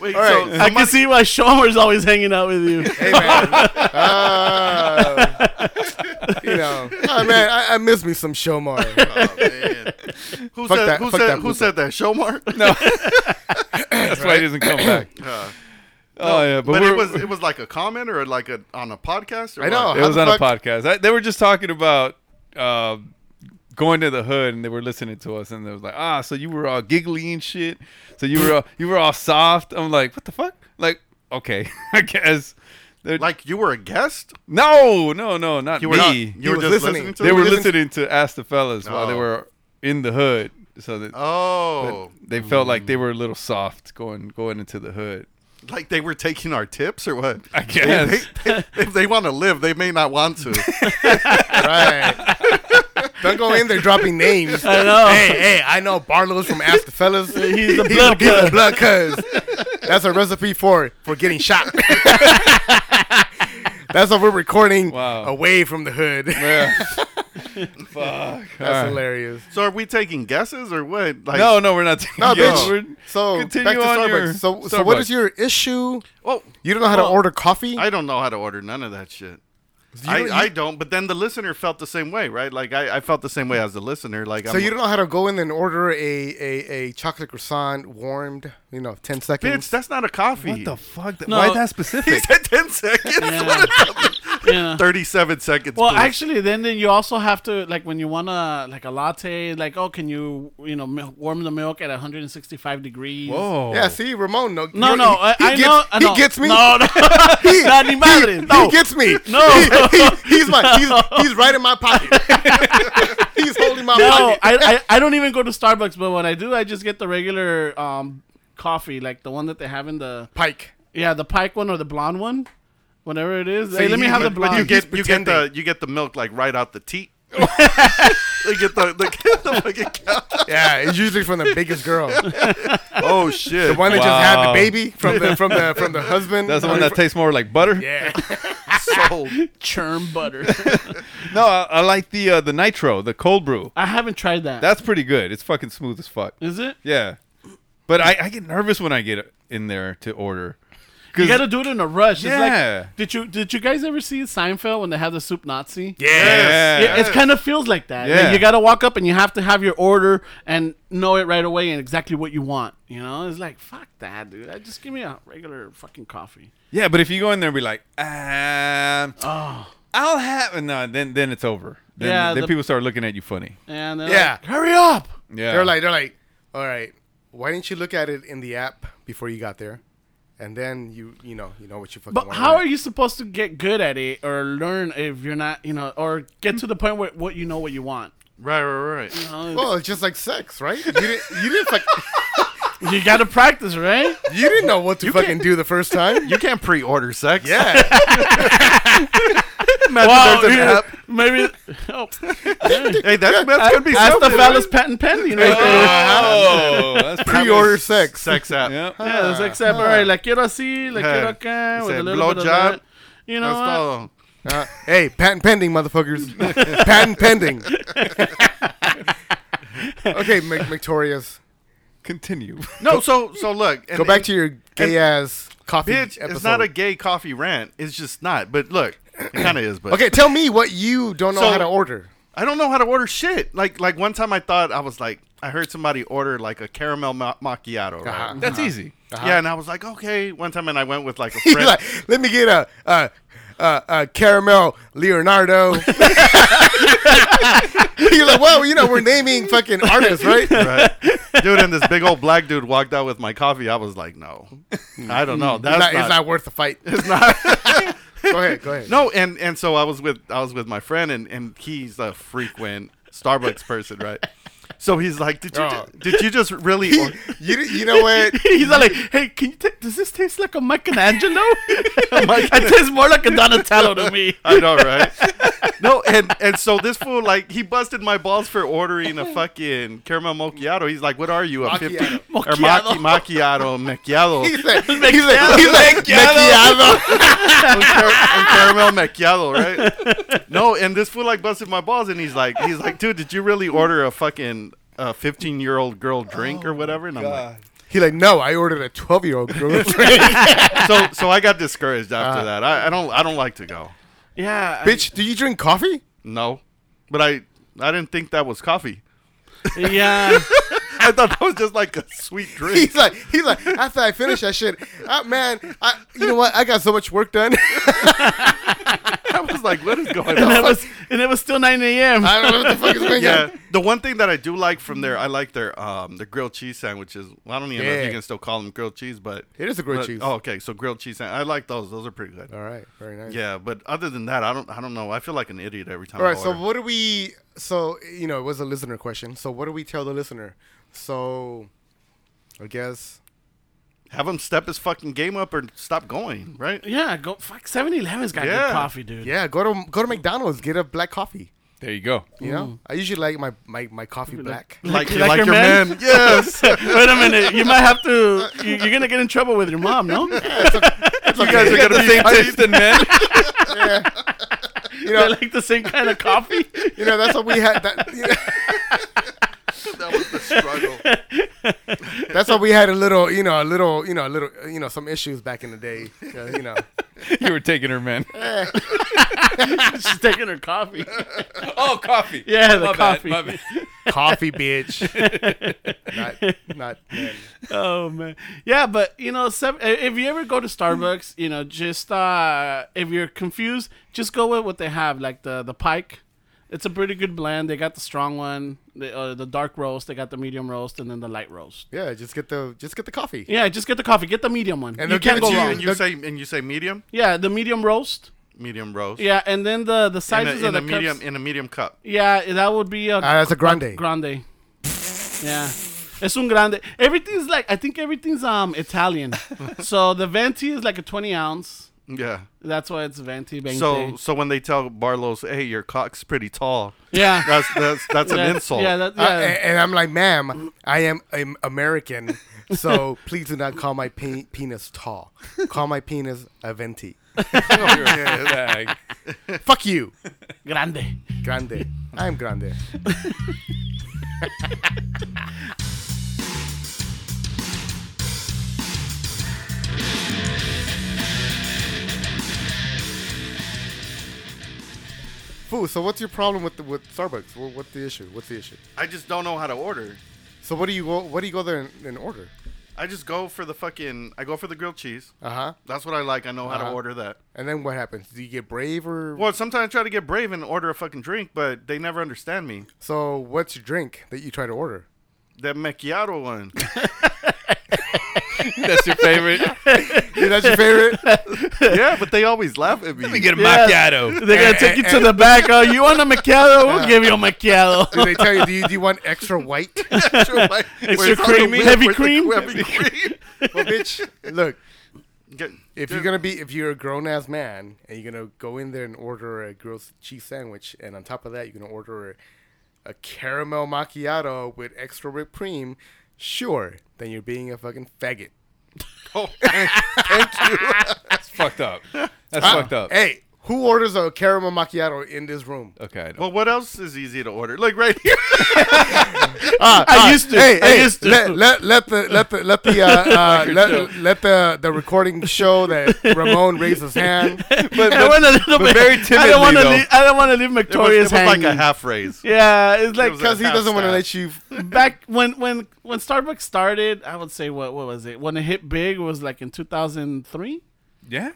[SPEAKER 7] Wait,
[SPEAKER 5] All
[SPEAKER 7] so,
[SPEAKER 5] right.
[SPEAKER 8] I can see why Shomer's always hanging out with you.
[SPEAKER 5] Hey, man. Uh, you know, oh, man, I, I miss me some Shomar.
[SPEAKER 7] (laughs) who
[SPEAKER 5] Fuck
[SPEAKER 7] said
[SPEAKER 5] that-
[SPEAKER 7] who
[SPEAKER 5] fuck
[SPEAKER 7] said
[SPEAKER 5] that
[SPEAKER 7] who said that? Showmark?
[SPEAKER 6] No, that's why he doesn't come back. oh yeah, but,
[SPEAKER 7] But
[SPEAKER 6] we're,
[SPEAKER 7] it was it was like a comment or like a on a podcast or
[SPEAKER 5] I know.
[SPEAKER 7] what?
[SPEAKER 6] it
[SPEAKER 5] How
[SPEAKER 6] was
[SPEAKER 5] the
[SPEAKER 6] on
[SPEAKER 5] fuck-
[SPEAKER 6] a podcast. I, they were just talking about uh, going to the hood, and they were listening to us, and they was like, ah, so you were all giggly and shit. So you were all, you were all soft. I'm like, what the fuck? Like, okay, (laughs) I guess. They're-
[SPEAKER 7] Like you were a guest?
[SPEAKER 6] no, no, no, not
[SPEAKER 7] You were not,
[SPEAKER 6] me.
[SPEAKER 7] you
[SPEAKER 5] He
[SPEAKER 7] were
[SPEAKER 5] was
[SPEAKER 7] just listening,
[SPEAKER 5] listening.
[SPEAKER 7] to
[SPEAKER 6] they
[SPEAKER 7] it?
[SPEAKER 6] were listening to Ask the Fellas while they
[SPEAKER 7] Oh.
[SPEAKER 6] were in the hood, so that
[SPEAKER 7] Oh,
[SPEAKER 6] they felt like they were a little soft going going into the hood.
[SPEAKER 7] like they were taking our tips or what?
[SPEAKER 6] I guess.
[SPEAKER 7] if they want to live, they may not want to.
[SPEAKER 5] Right. Don't go in there dropping names.
[SPEAKER 8] I know.
[SPEAKER 5] Hey, hey, I know Barlow's from Ask the Fellas.
[SPEAKER 8] He's the blood
[SPEAKER 5] He's the
[SPEAKER 8] cuz.
[SPEAKER 5] blood cuz. That's a recipe for for getting shot. That's what we're recording
[SPEAKER 6] Wow.
[SPEAKER 5] away from the hood.
[SPEAKER 6] Yeah.
[SPEAKER 5] That's hilarious.
[SPEAKER 7] so are we taking guesses or what? Like,
[SPEAKER 6] No, no, we're not.
[SPEAKER 5] No,
[SPEAKER 6] taking-
[SPEAKER 5] bitch.
[SPEAKER 6] We're-
[SPEAKER 5] so back to
[SPEAKER 6] continue
[SPEAKER 5] Starbucks.
[SPEAKER 6] on your
[SPEAKER 5] so, so what is
[SPEAKER 6] Starbucks.
[SPEAKER 5] your issue?
[SPEAKER 7] Oh,
[SPEAKER 5] You don't know how
[SPEAKER 7] Well,
[SPEAKER 5] to order coffee?
[SPEAKER 7] I don't know how to order none of that shit.
[SPEAKER 5] You
[SPEAKER 7] I,
[SPEAKER 5] don't-
[SPEAKER 7] I
[SPEAKER 5] you-
[SPEAKER 7] don't, but then the listener felt the same way, right? Like I, I felt the same way as the listener. Like
[SPEAKER 5] So
[SPEAKER 7] I'm,
[SPEAKER 5] you don't know how to go in and order a, a, a chocolate croissant warmed, you know, ten
[SPEAKER 7] bitch,
[SPEAKER 5] seconds.
[SPEAKER 7] that's not a coffee. (laughs)
[SPEAKER 6] What the fuck?
[SPEAKER 8] No.
[SPEAKER 6] Why that
[SPEAKER 5] (laughs)
[SPEAKER 7] He
[SPEAKER 6] specific?
[SPEAKER 7] said ten seconds. (laughs)
[SPEAKER 8] Yeah.
[SPEAKER 7] Thirty-seven seconds.
[SPEAKER 8] Well,
[SPEAKER 7] please.
[SPEAKER 8] actually, then then you also have to like when you want to like a latte, like oh, can you you know mil- warm the milk at 165 degrees?
[SPEAKER 6] Whoa.
[SPEAKER 5] yeah, see, Ramon, no,
[SPEAKER 8] No,
[SPEAKER 5] you're-
[SPEAKER 8] no,
[SPEAKER 5] he,
[SPEAKER 8] I,
[SPEAKER 5] he
[SPEAKER 8] I
[SPEAKER 5] gets,
[SPEAKER 8] know.
[SPEAKER 5] he
[SPEAKER 8] no.
[SPEAKER 5] gets me.
[SPEAKER 8] No, no,
[SPEAKER 5] (laughs) he,
[SPEAKER 8] no, (laughs) ni madre,
[SPEAKER 5] he-
[SPEAKER 8] no.
[SPEAKER 5] he gets me.
[SPEAKER 8] (laughs) No.
[SPEAKER 5] he, he- he's my, he's,
[SPEAKER 8] (laughs)
[SPEAKER 5] he's right in my pocket. he's holding (laughs) my
[SPEAKER 8] no.
[SPEAKER 5] pocket.
[SPEAKER 8] I, I I don't even go to Starbucks, but when I do, I just get the regular um coffee, like the one that they have in the
[SPEAKER 5] Pike.
[SPEAKER 8] yeah the Pike one or the blonde one, whatever it is.
[SPEAKER 5] So
[SPEAKER 8] hey, let
[SPEAKER 5] you-
[SPEAKER 8] me have the
[SPEAKER 5] but- but
[SPEAKER 8] blonde.
[SPEAKER 7] you
[SPEAKER 5] he's
[SPEAKER 7] get you get the
[SPEAKER 5] pretending.
[SPEAKER 7] you get the milk like right out
[SPEAKER 5] (laughs)
[SPEAKER 7] the teat. (laughs) they get the, (laughs) they get the fucking cow.
[SPEAKER 5] Yeah, it's usually from the biggest girl, the
[SPEAKER 7] Oh shit!
[SPEAKER 5] one that just had the
[SPEAKER 6] Wow.
[SPEAKER 5] baby from the from the
[SPEAKER 6] (laughs)
[SPEAKER 5] from the husband.
[SPEAKER 6] That's the
[SPEAKER 5] I
[SPEAKER 6] one
[SPEAKER 5] mean,
[SPEAKER 6] that tastes more like butter. (laughs)
[SPEAKER 5] yeah.
[SPEAKER 7] sold.
[SPEAKER 8] churn butter.
[SPEAKER 6] No, I, I like the uh, the nitro, the cold brew.
[SPEAKER 8] I haven't tried that.
[SPEAKER 6] That's pretty good. It's fucking smooth as fuck.
[SPEAKER 8] Is it?
[SPEAKER 6] Yeah, but I, I get nervous when I get in there to order.
[SPEAKER 8] You gotta do it in a rush. It's like-
[SPEAKER 6] Yeah.
[SPEAKER 8] did you did you guys ever see Seinfeld when they have the soup Nazi?
[SPEAKER 6] Yeah.
[SPEAKER 8] Yeah, it kind of feels like that. Like,
[SPEAKER 6] Yeah.
[SPEAKER 8] you gotta walk up and you have to have your order and know it right away and exactly what you want. You know, it's like fuck that, dude. I just give me a regular fucking coffee.
[SPEAKER 6] Yeah, but if you go in there and be like, um, I'll have no, then then it's over. Then,
[SPEAKER 8] Oh. Yeah,
[SPEAKER 6] then
[SPEAKER 8] the-
[SPEAKER 6] people start looking at you funny.
[SPEAKER 8] And they're
[SPEAKER 5] Yeah.
[SPEAKER 8] like, hurry up.
[SPEAKER 6] Yeah,
[SPEAKER 5] They're like, they're like, all right. Why didn't you look at it in the app before you got there, and then you you know you know what you fucking.
[SPEAKER 8] But
[SPEAKER 5] want.
[SPEAKER 8] how are you supposed to get good at it or learn if you're not, you know, or get to the point where what you know what you want?
[SPEAKER 7] Right, right, right.
[SPEAKER 5] Well, Oh, it's just like sex, right? You didn't you didn't fuck,
[SPEAKER 8] You gotta
[SPEAKER 7] (laughs)
[SPEAKER 8] practice, right?
[SPEAKER 5] you didn't know what to fucking do the first time.
[SPEAKER 7] You can't pre-order sex.
[SPEAKER 5] yeah.
[SPEAKER 7] Imagine
[SPEAKER 6] Oh,
[SPEAKER 7] there's an
[SPEAKER 8] yeah,
[SPEAKER 7] app. (laughs)
[SPEAKER 8] maybe. Oh,
[SPEAKER 7] Hey, that, that's gonna be
[SPEAKER 8] that's the
[SPEAKER 7] something,
[SPEAKER 8] fellas
[SPEAKER 7] right?
[SPEAKER 8] patent pen, you know.
[SPEAKER 6] oh, that's pretty-
[SPEAKER 5] Pre-order sex.
[SPEAKER 7] sex app.
[SPEAKER 6] Yeah.
[SPEAKER 8] Yeah, it's like said, all right, like quiero así, like
[SPEAKER 7] Ah. Hey,
[SPEAKER 8] quiero acá,
[SPEAKER 7] it's
[SPEAKER 8] with
[SPEAKER 7] a
[SPEAKER 8] a little bit of
[SPEAKER 7] blowjob.
[SPEAKER 8] that. You know
[SPEAKER 7] That's
[SPEAKER 8] what?
[SPEAKER 7] all.
[SPEAKER 5] Uh, hey, patent pending, motherfuckers.
[SPEAKER 7] (laughs)
[SPEAKER 5] patent pending. okay, Mc- Victoria's.
[SPEAKER 6] Continue.
[SPEAKER 7] No, so so look. and-
[SPEAKER 5] Go back
[SPEAKER 7] and-
[SPEAKER 5] to your gay ass coffee
[SPEAKER 7] bitch.
[SPEAKER 5] episode.
[SPEAKER 7] It's not a gay coffee rant. It's just not. But look, it kind of is. But
[SPEAKER 5] okay, tell me what you don't know
[SPEAKER 7] So-
[SPEAKER 5] how to order.
[SPEAKER 7] I don't know how to order shit. Like like one time I thought I was like I heard somebody order like a caramel ma- macchiato. Right?
[SPEAKER 5] Uh-huh.
[SPEAKER 6] That's easy.
[SPEAKER 7] Yeah, and I was like, okay. One time, and I went with like a
[SPEAKER 5] (laughs) You're
[SPEAKER 7] friend. (laughs)
[SPEAKER 5] like, let me get a, a, a, a caramel Leonardo. (laughs) You're like, well, you know, we're naming fucking artists, right?
[SPEAKER 7] right? dude, and this big old black dude walked out with my coffee. I was like, no, I don't know. That's
[SPEAKER 5] Hmm. It's not,
[SPEAKER 7] not,
[SPEAKER 5] it's not worth the
[SPEAKER 7] (laughs)
[SPEAKER 5] fight. It's not. (laughs) go ahead, go ahead.
[SPEAKER 7] no. And and so I was with I was with my friend, and and he's a frequent Starbucks person, right? So he's like, did you
[SPEAKER 5] Oh.
[SPEAKER 7] ju- did you
[SPEAKER 5] (laughs)
[SPEAKER 7] just really? Or-
[SPEAKER 5] You, you
[SPEAKER 8] (laughs)
[SPEAKER 5] know
[SPEAKER 7] (laughs)
[SPEAKER 5] what?
[SPEAKER 8] He's all like, hey, can you ta- does this taste like
[SPEAKER 7] (laughs)
[SPEAKER 8] a Michelangelo? (laughs) it tastes more like a Donatello to me.
[SPEAKER 7] I know, right? no, and and so this fool like he busted my balls for ordering a fucking caramel macchiato. He's like, "What are you, a fifty
[SPEAKER 5] Macchiato.
[SPEAKER 7] or macchi, macchiato, macchiato,
[SPEAKER 5] He's like, he's like, he's like, (laughs) macchiato.
[SPEAKER 7] and car- and caramel macchiato,
[SPEAKER 5] (laughs)
[SPEAKER 7] right?" No, and this fool like busted my balls, and he's like, he's like, "Dude, did you really order a fucking a fifteen year old girl drink
[SPEAKER 5] Oh,
[SPEAKER 7] or whatever?" And I'm like,
[SPEAKER 5] He's like, no, I ordered a 12 year old girl. (laughs)
[SPEAKER 7] so so I got discouraged after that. I, I don't I don't like to go.
[SPEAKER 8] Yeah.
[SPEAKER 5] Bitch, do you drink coffee? (laughs)
[SPEAKER 7] No, but I I didn't think that was coffee. (laughs)
[SPEAKER 8] Yeah.
[SPEAKER 7] I thought that was just like a sweet drink.
[SPEAKER 5] He's like, he's like, after I finish that shit, uh, man, I, you know what? I got so much work done. (laughs)
[SPEAKER 7] I (laughs) was like, what is going
[SPEAKER 8] and, it
[SPEAKER 7] on? (laughs)
[SPEAKER 8] was, and it was still 9 a.m.
[SPEAKER 5] I don't know what the fuck is going
[SPEAKER 7] Yeah.
[SPEAKER 5] on.
[SPEAKER 7] The one thing that I do like from there, I like their um the grilled cheese sandwiches. Well, I don't even know if
[SPEAKER 5] Yeah.
[SPEAKER 7] you can still call them grilled cheese, but
[SPEAKER 5] It is a grilled
[SPEAKER 7] but-
[SPEAKER 5] cheese.
[SPEAKER 7] Oh, okay. So grilled cheese sand- I like those. Those are pretty good.
[SPEAKER 5] All right, very nice.
[SPEAKER 7] Yeah, but other than that, I don't I don't know. I feel like an idiot every time.
[SPEAKER 5] All right,
[SPEAKER 7] I
[SPEAKER 5] so
[SPEAKER 7] order.
[SPEAKER 5] what do we? So you know, it was a listener question. So what do we tell the listener? So, I guess
[SPEAKER 7] have him step his fucking game up or stop going, right?
[SPEAKER 8] yeah, go fuck 7 Eleven's got
[SPEAKER 7] Yeah.
[SPEAKER 8] good coffee, dude.
[SPEAKER 5] yeah, go to go to McDonald's, get a black coffee.
[SPEAKER 6] There you go.
[SPEAKER 5] You know, I usually like my my, my coffee Mm. black.
[SPEAKER 7] Like you
[SPEAKER 8] (laughs) like
[SPEAKER 7] like
[SPEAKER 8] your
[SPEAKER 7] your
[SPEAKER 8] man?
[SPEAKER 7] man. Yes. you
[SPEAKER 8] (laughs) Wait a minute. You might have to. You, you're going to get in trouble with your mom, no?
[SPEAKER 7] guys are gonna be
[SPEAKER 6] taste in men. (laughs)
[SPEAKER 5] You
[SPEAKER 8] they
[SPEAKER 5] know,
[SPEAKER 8] like the same kind of coffee. (laughs)
[SPEAKER 5] you know that's what we had. That, (laughs) you know,
[SPEAKER 7] that was the struggle.
[SPEAKER 5] that's what we had a little, you know, a little, you know, a little, you know, some issues back in the day. 'cause, You know,
[SPEAKER 6] you were taking her, man.
[SPEAKER 8] She's taking her coffee.
[SPEAKER 6] Oh, coffee.
[SPEAKER 8] Yeah, the
[SPEAKER 6] My bad,
[SPEAKER 8] coffee.
[SPEAKER 6] my bad.
[SPEAKER 5] Coffee, (laughs) bitch. not, not. men.
[SPEAKER 8] oh man, yeah, but you know, seven, if you ever go to Starbucks, you know, just uh, if you're confused, just go with what they have, like the the Pike. It's a pretty good blend. They got the strong one, the uh, the dark roast. They got the medium roast, and then the light roast.
[SPEAKER 5] Yeah, just get the just get the coffee.
[SPEAKER 8] Yeah, just get the coffee. Get the medium one.
[SPEAKER 5] And
[SPEAKER 8] you
[SPEAKER 5] they'll give
[SPEAKER 8] can't
[SPEAKER 5] it
[SPEAKER 8] go
[SPEAKER 5] to you
[SPEAKER 8] wrong.
[SPEAKER 7] And you say and you say medium,
[SPEAKER 8] Yeah, the medium roast.
[SPEAKER 7] medium roast.
[SPEAKER 8] Yeah, and then the
[SPEAKER 7] In
[SPEAKER 8] the
[SPEAKER 7] a,
[SPEAKER 8] sizes
[SPEAKER 7] in a
[SPEAKER 8] of the cups.
[SPEAKER 7] medium in a medium cup.
[SPEAKER 8] Yeah, that would be a
[SPEAKER 5] Uh,
[SPEAKER 6] Ah.
[SPEAKER 5] that's a grande.
[SPEAKER 8] grande. Yeah. Es un grande. Everything's like I think everything's um Italian. so the venti is like a twenty ounce.
[SPEAKER 7] Yeah.
[SPEAKER 8] That's why it's venti. Venti.
[SPEAKER 7] So so when they tell Barlow's, hey, your cock's pretty tall.
[SPEAKER 8] yeah,
[SPEAKER 7] That's that's that's
[SPEAKER 8] Yeah,
[SPEAKER 7] an insult.
[SPEAKER 8] Yeah, that, yeah.
[SPEAKER 5] Uh,
[SPEAKER 6] Ah,
[SPEAKER 5] a-
[SPEAKER 6] eh,
[SPEAKER 5] and, I'm like, ma'am, I am am American, so please do not call my pe- penis tall. Call my penis a venti.
[SPEAKER 6] Oh, you're a (laughs) fag.
[SPEAKER 5] Fuck you,
[SPEAKER 8] grande.
[SPEAKER 5] grande. I am grande. (laughs) Foo, so what's your problem with the, with Starbucks? Wha- What's the issue? What's the issue?
[SPEAKER 7] I just don't know how to order.
[SPEAKER 5] So what do you go? What do you go there and, and order?
[SPEAKER 7] I just go for the fucking. I go for the grilled cheese.
[SPEAKER 5] Uh huh.
[SPEAKER 7] That's what I like. I know how to
[SPEAKER 5] Uh-huh.
[SPEAKER 7] order that.
[SPEAKER 5] And then what happens? Do you get brave or
[SPEAKER 7] Well, sometimes I try to get brave and order a fucking drink, but they never understand me.
[SPEAKER 5] so? What's your drink that you try to order?
[SPEAKER 7] That macchiato
[SPEAKER 5] (laughs)
[SPEAKER 7] one.
[SPEAKER 6] That's your favorite.
[SPEAKER 5] Dude, that's your favorite.
[SPEAKER 7] yeah, but they always laugh at me.
[SPEAKER 6] Let me get a
[SPEAKER 8] Yeah.
[SPEAKER 6] macchiato.
[SPEAKER 8] They're gonna
[SPEAKER 6] eh,
[SPEAKER 8] take you to the back. Oh, you want a macchiato?
[SPEAKER 6] (laughs)
[SPEAKER 8] We'll give you a macchiato.
[SPEAKER 5] (laughs) Do they tell you? Do you, do you want extra white? (laughs)
[SPEAKER 8] Extra creamy, heavy cream.
[SPEAKER 7] Heavy cream.
[SPEAKER 5] well, bitch, look.
[SPEAKER 7] Get-
[SPEAKER 5] If you're gonna be, if you're a grown ass man and you're gonna go in there and order a grilled cheese sandwich, and on top of that you're gonna order a, a caramel macchiato with extra whipped cream, sure, then you're being a fucking faggot.
[SPEAKER 6] That's fucked up. That's fucked up.
[SPEAKER 5] Hey, who orders a caramel macchiato in this room?
[SPEAKER 6] Okay. I know.
[SPEAKER 7] Well, what else is easy to order? Like right (laughs) here.
[SPEAKER 6] Ah,
[SPEAKER 5] I
[SPEAKER 8] used to.
[SPEAKER 5] Hey,
[SPEAKER 8] I
[SPEAKER 5] hey,
[SPEAKER 8] used to.
[SPEAKER 5] Let,
[SPEAKER 8] (laughs)
[SPEAKER 5] let, let the let the let the uh, uh, let, let the the recording show that Ramon raised his
[SPEAKER 8] (laughs)
[SPEAKER 5] hand.
[SPEAKER 6] but,
[SPEAKER 8] I went a little
[SPEAKER 6] but
[SPEAKER 8] bit.
[SPEAKER 6] very
[SPEAKER 8] I
[SPEAKER 6] timidly,
[SPEAKER 8] don't want to.
[SPEAKER 6] though.
[SPEAKER 8] Leave, I don't want to leave
[SPEAKER 7] It was, it
[SPEAKER 8] Victoria's
[SPEAKER 7] was like a
[SPEAKER 8] hanging.
[SPEAKER 7] half raise.
[SPEAKER 8] Yeah, it's like
[SPEAKER 7] was a
[SPEAKER 5] Because he doesn't want to
[SPEAKER 7] Half-staff.
[SPEAKER 5] let you.
[SPEAKER 8] back when when when Starbucks started, I would say what what was it? When it hit big was like in 2003.
[SPEAKER 6] yeah.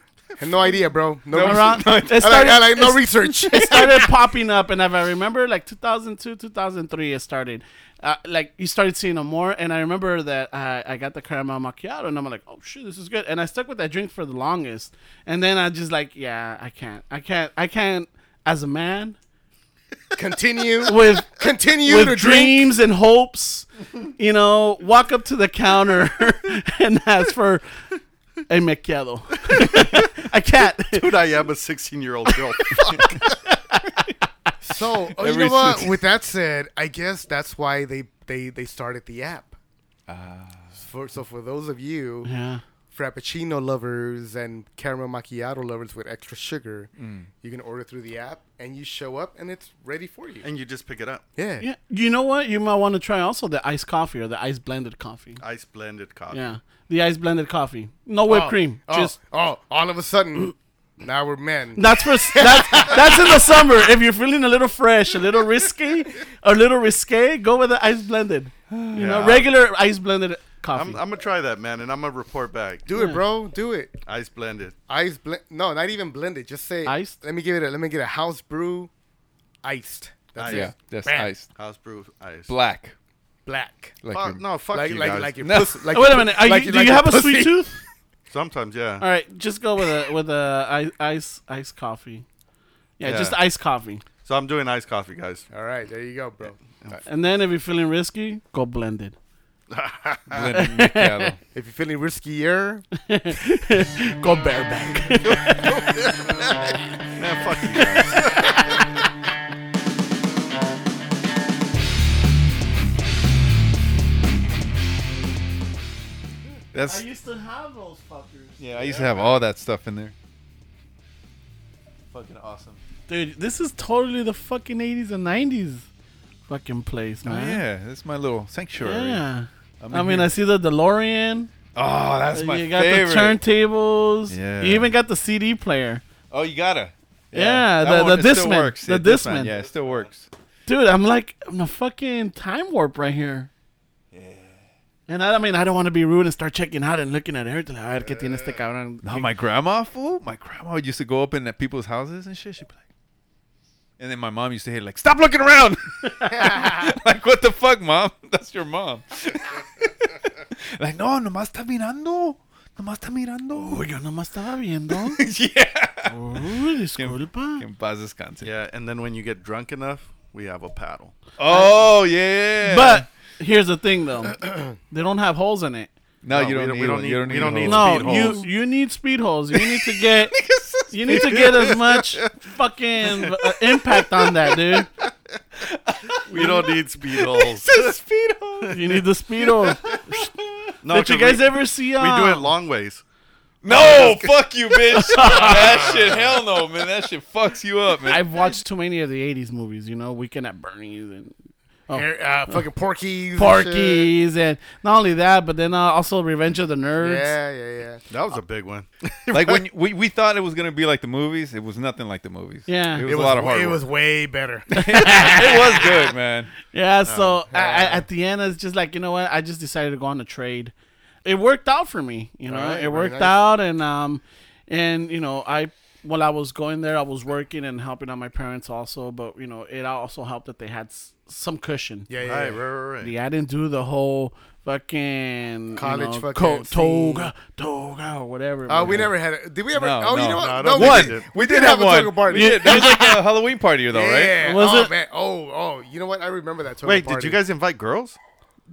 [SPEAKER 5] No idea, bro. No,
[SPEAKER 8] No,
[SPEAKER 5] research.
[SPEAKER 8] around-
[SPEAKER 5] I
[SPEAKER 8] it
[SPEAKER 5] like- I like,
[SPEAKER 8] started-
[SPEAKER 5] no
[SPEAKER 8] it's- (laughs)
[SPEAKER 5] research.
[SPEAKER 8] It started popping up, and if I remember, like 2002, 2003, it started. Uh, like you started seeing them more, and I remember that I, I got the caramel macchiato, and I'm like, oh shit, this is good, and I stuck with that drink for the longest, and then I just like, yeah, I can't, I can't, I can't, as a man
[SPEAKER 5] Continue.
[SPEAKER 8] with
[SPEAKER 5] (laughs) Continue to
[SPEAKER 8] with
[SPEAKER 5] drink.
[SPEAKER 8] dreams and hopes, you know, walk up to the counter (laughs) and ask for a macchiato. (laughs) I can't.
[SPEAKER 7] Dude, I am a 16 year old
[SPEAKER 5] (laughs)
[SPEAKER 7] girl. Fuck.
[SPEAKER 5] So oh, you
[SPEAKER 6] Every
[SPEAKER 5] know what?
[SPEAKER 6] since-
[SPEAKER 5] With that said, I guess that's why they they they started the app.
[SPEAKER 8] Ah.
[SPEAKER 5] For, so for those of you
[SPEAKER 8] Yeah.
[SPEAKER 5] frappuccino lovers and caramel macchiato lovers with extra sugar, you can order through the app and you show up and it's ready for you.
[SPEAKER 7] and you just pick it up.
[SPEAKER 5] yeah.
[SPEAKER 8] Yeah. You know what? You might want to try also the iced coffee or the iced blended coffee.
[SPEAKER 7] Ice blended coffee.
[SPEAKER 8] Yeah. The iced blended coffee. No whipped
[SPEAKER 5] Oh,
[SPEAKER 8] cream.
[SPEAKER 5] Oh,
[SPEAKER 8] Just
[SPEAKER 5] oh, all of a sudden, (clears throat) now we're men.
[SPEAKER 8] that's for that's, that's in the summer. If you're feeling a little fresh, a little risky, a little risque, go with the iced blended. You know, regular iced blended coffee.
[SPEAKER 7] I'm, I'm gonna try that, man, and I'm gonna report back.
[SPEAKER 5] Do it, bro. Do it.
[SPEAKER 7] Ice blended.
[SPEAKER 5] Ice blend. No, not even blended. Just say
[SPEAKER 8] Iced?
[SPEAKER 5] Let me give it. A, let me get a house brew, iced. That's
[SPEAKER 6] Yeah.
[SPEAKER 5] it.
[SPEAKER 6] That's
[SPEAKER 5] Man.
[SPEAKER 6] iced.
[SPEAKER 7] House brew ice.
[SPEAKER 6] Black.
[SPEAKER 5] Black. Oh,
[SPEAKER 6] Like
[SPEAKER 7] Fuck,
[SPEAKER 6] your-
[SPEAKER 7] no, fuck
[SPEAKER 5] Like
[SPEAKER 7] you
[SPEAKER 5] like
[SPEAKER 7] guys.
[SPEAKER 5] like your
[SPEAKER 6] No.
[SPEAKER 5] pussy. Like
[SPEAKER 8] Wait a
[SPEAKER 5] your-
[SPEAKER 8] minute. Are
[SPEAKER 5] like your-
[SPEAKER 8] you, do
[SPEAKER 5] like
[SPEAKER 8] you
[SPEAKER 5] your
[SPEAKER 8] have a
[SPEAKER 5] pussy.
[SPEAKER 8] sweet tooth?
[SPEAKER 7] Sometimes, yeah.
[SPEAKER 8] All right, just go with a with a i- ice ice coffee. Yeah,
[SPEAKER 7] Yeah.
[SPEAKER 8] just iced coffee.
[SPEAKER 7] So I'm doing iced coffee, guys.
[SPEAKER 5] All right, there you go, bro.
[SPEAKER 8] And then if you're feeling risky,
[SPEAKER 6] (laughs)
[SPEAKER 8] go blended.
[SPEAKER 6] blended (laughs) macchiato.
[SPEAKER 5] If you're feeling riskier,
[SPEAKER 8] Go bareback. (laughs)
[SPEAKER 7] Man, fuck you guys.
[SPEAKER 6] That's
[SPEAKER 8] used to have those fuckers.
[SPEAKER 6] yeah. I used to have all that stuff in there. Fucking awesome.
[SPEAKER 8] Dude, this is totally the fucking 80s and 90s fucking place,
[SPEAKER 6] Oh,
[SPEAKER 8] man.
[SPEAKER 6] yeah, that's my little sanctuary.
[SPEAKER 8] Yeah.
[SPEAKER 6] I'm
[SPEAKER 8] I
[SPEAKER 6] in
[SPEAKER 8] mean,
[SPEAKER 6] here.
[SPEAKER 8] I see the DeLorean.
[SPEAKER 6] Oh, that's my
[SPEAKER 8] you got
[SPEAKER 6] favorite.
[SPEAKER 8] the turntables.
[SPEAKER 6] Yeah.
[SPEAKER 8] You even got the CD player.
[SPEAKER 6] Oh, you gotta.
[SPEAKER 8] Yeah, the-
[SPEAKER 6] that
[SPEAKER 8] the
[SPEAKER 6] one, it still
[SPEAKER 8] Discman.
[SPEAKER 6] works.
[SPEAKER 8] The
[SPEAKER 6] Yeah,
[SPEAKER 8] Discman.
[SPEAKER 6] Yeah, it still works.
[SPEAKER 8] Dude, I'm like I'm a fucking time warp right here. Yeah. And I, I mean, I don't want to be rude and start checking out and looking at everything. Like, "A ver, ¿qué tiene
[SPEAKER 7] Eh,
[SPEAKER 8] este cabrón?"
[SPEAKER 6] No, my grandma, fool. My grandma used to go up in at people's houses and shit. She'd be like, and then my mom used to hate like, stop looking around. (laughs) like, what the fuck, mom? (laughs) That's your mom. like, no, nomás está mirando. Nomás está mirando.
[SPEAKER 8] Uy, yo nomás estaba
[SPEAKER 7] (laughs)
[SPEAKER 8] viendo.
[SPEAKER 6] yeah.
[SPEAKER 8] Uy, disculpa.
[SPEAKER 6] Que en paz descanse.
[SPEAKER 7] Yeah, and then when you get drunk enough, we have a paddle.
[SPEAKER 6] Oh, yeah.
[SPEAKER 8] But here's the thing, though, (clears throat) they don't have holes in it.
[SPEAKER 6] no, you
[SPEAKER 7] No, we
[SPEAKER 6] don't,
[SPEAKER 7] don't- we
[SPEAKER 6] need
[SPEAKER 7] don't
[SPEAKER 6] one.
[SPEAKER 7] need-
[SPEAKER 6] You don't
[SPEAKER 7] we
[SPEAKER 6] need
[SPEAKER 7] don't
[SPEAKER 6] one.
[SPEAKER 7] need speed
[SPEAKER 8] No, you
[SPEAKER 7] holes.
[SPEAKER 8] you need speed holes. You need to
[SPEAKER 7] (laughs)
[SPEAKER 8] get you need to get as much fucking uh, impact on
[SPEAKER 7] (laughs)
[SPEAKER 8] that, dude.
[SPEAKER 7] We don't need speed
[SPEAKER 8] (laughs)
[SPEAKER 7] holes.
[SPEAKER 6] speed hole.
[SPEAKER 8] You need the speed holes.
[SPEAKER 7] (laughs) No,
[SPEAKER 8] Did you
[SPEAKER 7] 'cause
[SPEAKER 8] guys
[SPEAKER 7] we,
[SPEAKER 8] ever see?
[SPEAKER 7] we
[SPEAKER 8] Uh,
[SPEAKER 7] do it long ways.
[SPEAKER 6] No, fuck you, (laughs) bitch. that shit, hell no, man. That shit fucks you up, man.
[SPEAKER 8] I've watched too many of the '80s movies. You know, Weekend at Bernie's and
[SPEAKER 5] Air- uh, fucking Porky's. and shit.
[SPEAKER 8] Porky's, and not only that, but then uh, also Revenge of the Nerds.
[SPEAKER 5] Yeah, yeah, yeah.
[SPEAKER 7] That was a big one.
[SPEAKER 6] like when we, we thought it was gonna be like the movies, it was nothing like the movies. (laughs)
[SPEAKER 8] Yeah.
[SPEAKER 6] it was
[SPEAKER 8] It
[SPEAKER 6] a lot of hard
[SPEAKER 5] It
[SPEAKER 6] work.
[SPEAKER 5] was way
[SPEAKER 7] (laughs)
[SPEAKER 5] better.
[SPEAKER 6] it was good, man.
[SPEAKER 5] Oh,
[SPEAKER 8] Yeah, so I, I, at the end, it's just like you know what? I just decided to go on a trade. It worked out for me, you know.
[SPEAKER 5] Alright,
[SPEAKER 8] it
[SPEAKER 5] very
[SPEAKER 8] worked
[SPEAKER 5] nice.
[SPEAKER 8] out, and um, and you know, I while I was going there, I was working and helping out my parents also. But you know, it also helped that they had s- some cushion.
[SPEAKER 5] Yeah, yeah.
[SPEAKER 7] Right,
[SPEAKER 5] yeah.
[SPEAKER 7] (laughs) (laughs) right, right, right.
[SPEAKER 8] Yeah, I didn't do the whole fucking
[SPEAKER 5] College
[SPEAKER 8] you know,
[SPEAKER 5] fucking
[SPEAKER 8] co-
[SPEAKER 5] scene.
[SPEAKER 8] toga, toga, or whatever.
[SPEAKER 5] Uh,
[SPEAKER 8] man.
[SPEAKER 5] we never had it. Did we ever?
[SPEAKER 6] No,
[SPEAKER 5] oh, you know
[SPEAKER 6] no,
[SPEAKER 7] no, I
[SPEAKER 5] what?
[SPEAKER 7] don't
[SPEAKER 5] we
[SPEAKER 7] think
[SPEAKER 6] One,
[SPEAKER 5] did.
[SPEAKER 7] we
[SPEAKER 5] We did have a
[SPEAKER 6] one.
[SPEAKER 5] toga party.
[SPEAKER 6] We did. That was like a Halloween party, though, right?
[SPEAKER 5] Yeah.
[SPEAKER 8] Was
[SPEAKER 5] oh,
[SPEAKER 8] it-
[SPEAKER 5] man. Oh, oh. You know what? I remember that toga
[SPEAKER 7] Wait,
[SPEAKER 5] party.
[SPEAKER 7] did you guys invite girls?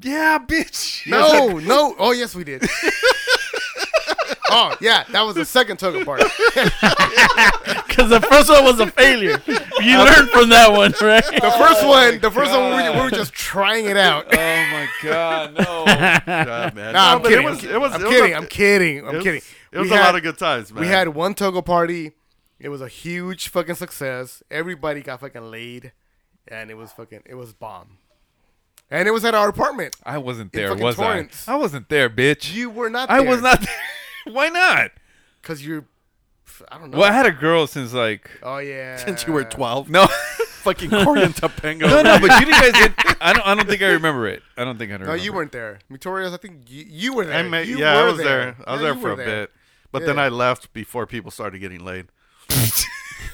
[SPEAKER 6] Yeah, bitch.
[SPEAKER 7] (laughs)
[SPEAKER 5] No, no. Oh, yes, we did. oh, yeah. That was the second toga party.
[SPEAKER 8] because the first one was a failure. You learned from that one, right?
[SPEAKER 7] Oh
[SPEAKER 5] The first one, the first one, we were, we were just trying it out.
[SPEAKER 6] Oh my god, no.
[SPEAKER 7] God, man.
[SPEAKER 5] Nah, I'm
[SPEAKER 7] but
[SPEAKER 5] kidding.
[SPEAKER 7] It was, it was,
[SPEAKER 5] I'm
[SPEAKER 7] it was
[SPEAKER 5] kidding.
[SPEAKER 7] A,
[SPEAKER 5] I'm kidding.
[SPEAKER 7] it
[SPEAKER 5] I'm
[SPEAKER 7] was-
[SPEAKER 5] kidding.
[SPEAKER 7] It was
[SPEAKER 5] We
[SPEAKER 7] a
[SPEAKER 5] had-
[SPEAKER 7] lot of good times, man.
[SPEAKER 5] We had one toga party. It was a huge fucking success. Everybody got fucking laid, and it was fucking it was bomb. And it was at our apartment.
[SPEAKER 6] I wasn't there,
[SPEAKER 5] fucking
[SPEAKER 6] was
[SPEAKER 5] Torrance.
[SPEAKER 6] I? I wasn't there, bitch.
[SPEAKER 5] You were not.
[SPEAKER 6] I was not. there. (laughs) Why not?
[SPEAKER 5] because you're. I don't know.
[SPEAKER 6] Well, I had a girl since like uh,
[SPEAKER 5] Oh yeah.
[SPEAKER 7] Since you were
[SPEAKER 5] (laughs)
[SPEAKER 7] 12.
[SPEAKER 6] no,
[SPEAKER 7] Fucking Cory and Topanga.
[SPEAKER 6] no, no. But you guys, did, I don't. I don't think I remember it. I don't think I remember.
[SPEAKER 5] No, you weren't there, Victoria's. I think you, you were there.
[SPEAKER 7] I met,
[SPEAKER 5] you
[SPEAKER 7] yeah, I
[SPEAKER 5] were
[SPEAKER 7] was there. I was
[SPEAKER 5] Yeah,
[SPEAKER 7] there
[SPEAKER 5] you
[SPEAKER 7] for
[SPEAKER 5] were
[SPEAKER 7] a bit, but then
[SPEAKER 5] Yeah.
[SPEAKER 7] I left before people started getting laid.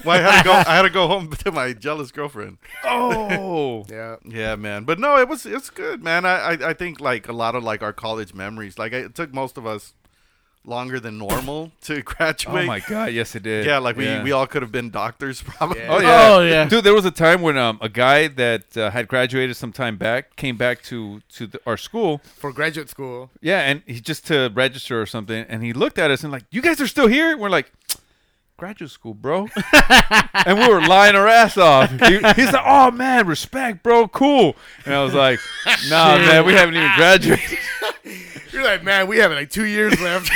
[SPEAKER 7] well, I had to go. I had to go home (laughs) to my jealous girlfriend.
[SPEAKER 6] Oh,
[SPEAKER 5] Yeah.
[SPEAKER 7] Yeah, man. But no, it was it's good, man. I, I I think like a lot of like our college memories. Like it took most of us longer than normal to (laughs) graduate.
[SPEAKER 6] oh my god. Yes, it did.
[SPEAKER 7] Yeah, like we,
[SPEAKER 6] Yeah.
[SPEAKER 7] we all could have been doctors (laughs) probably.
[SPEAKER 6] Oh yeah.
[SPEAKER 8] Oh, yeah.
[SPEAKER 6] dude. There was a time when um a guy that uh, had graduated some time back came back to to the, our school.
[SPEAKER 5] For graduate school.
[SPEAKER 6] Yeah, and he just to register or something, and he looked at us and like, "You guys are still here?" We're like, "Graduate school, bro," (laughs) and we were lying our ass off. He- he's like, "Oh man, respect, bro, cool," and I was like, "Nah, man, we haven't even graduated." (laughs)
[SPEAKER 5] You're like, man, we have like two years left.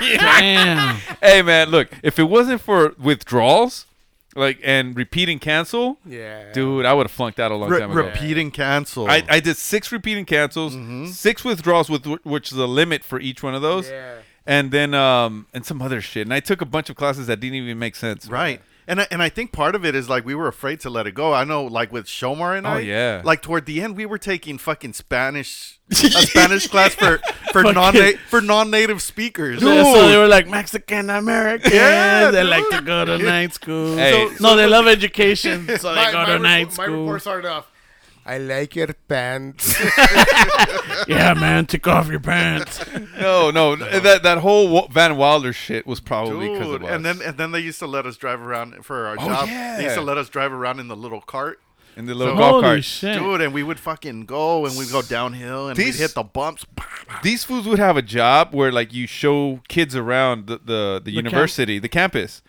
[SPEAKER 8] Damn.
[SPEAKER 6] hey man, look, if it wasn't for withdrawals, like and repeat and cancel,
[SPEAKER 5] yeah.
[SPEAKER 6] dude, I would have flunked out a long
[SPEAKER 7] Re-
[SPEAKER 6] time ago.
[SPEAKER 7] repeat and cancel.
[SPEAKER 6] I, I did six repeat and cancels, six withdrawals, with wh- which is a limit for each one of those,
[SPEAKER 5] Yeah.
[SPEAKER 6] and then um and some other shit. And I took a bunch of classes that didn't even make sense.
[SPEAKER 7] Right. And I, and I think part of it is like we were afraid to let it go. I know, like with Shomar and
[SPEAKER 6] Oh,
[SPEAKER 7] I,
[SPEAKER 6] yeah.
[SPEAKER 7] Like toward the end, we were taking fucking
[SPEAKER 8] (laughs)
[SPEAKER 7] Spanish, a Spanish class for for non for non native speakers.
[SPEAKER 8] Yeah,
[SPEAKER 7] (laughs)
[SPEAKER 8] so they were like Mexican Americans.
[SPEAKER 7] Yeah,
[SPEAKER 8] they
[SPEAKER 7] dude.
[SPEAKER 8] like to go to night school.
[SPEAKER 6] Hey.
[SPEAKER 8] no, they love
[SPEAKER 7] (laughs)
[SPEAKER 8] education, so they go to
[SPEAKER 5] report-
[SPEAKER 8] night
[SPEAKER 5] my
[SPEAKER 8] school.
[SPEAKER 5] report started off. I like your
[SPEAKER 6] (laughs)
[SPEAKER 5] pants.
[SPEAKER 8] yeah, man, take off your pants.
[SPEAKER 6] No, no, that that whole Wa- Van Wilder shit was probably because
[SPEAKER 7] Dude,
[SPEAKER 6] of us.
[SPEAKER 7] and then and then they used to let us drive around for
[SPEAKER 8] Oh,
[SPEAKER 7] our job. They used
[SPEAKER 6] yeah.
[SPEAKER 7] to let us drive around in the little cart,
[SPEAKER 6] in the little golf
[SPEAKER 8] Holy
[SPEAKER 6] cart,
[SPEAKER 8] shit!
[SPEAKER 7] dude, and we would fucking go and we'd go downhill and
[SPEAKER 6] These-
[SPEAKER 7] we'd hit the bumps.
[SPEAKER 6] these fools would have a job where like you show kids around the the, the, university, the campus,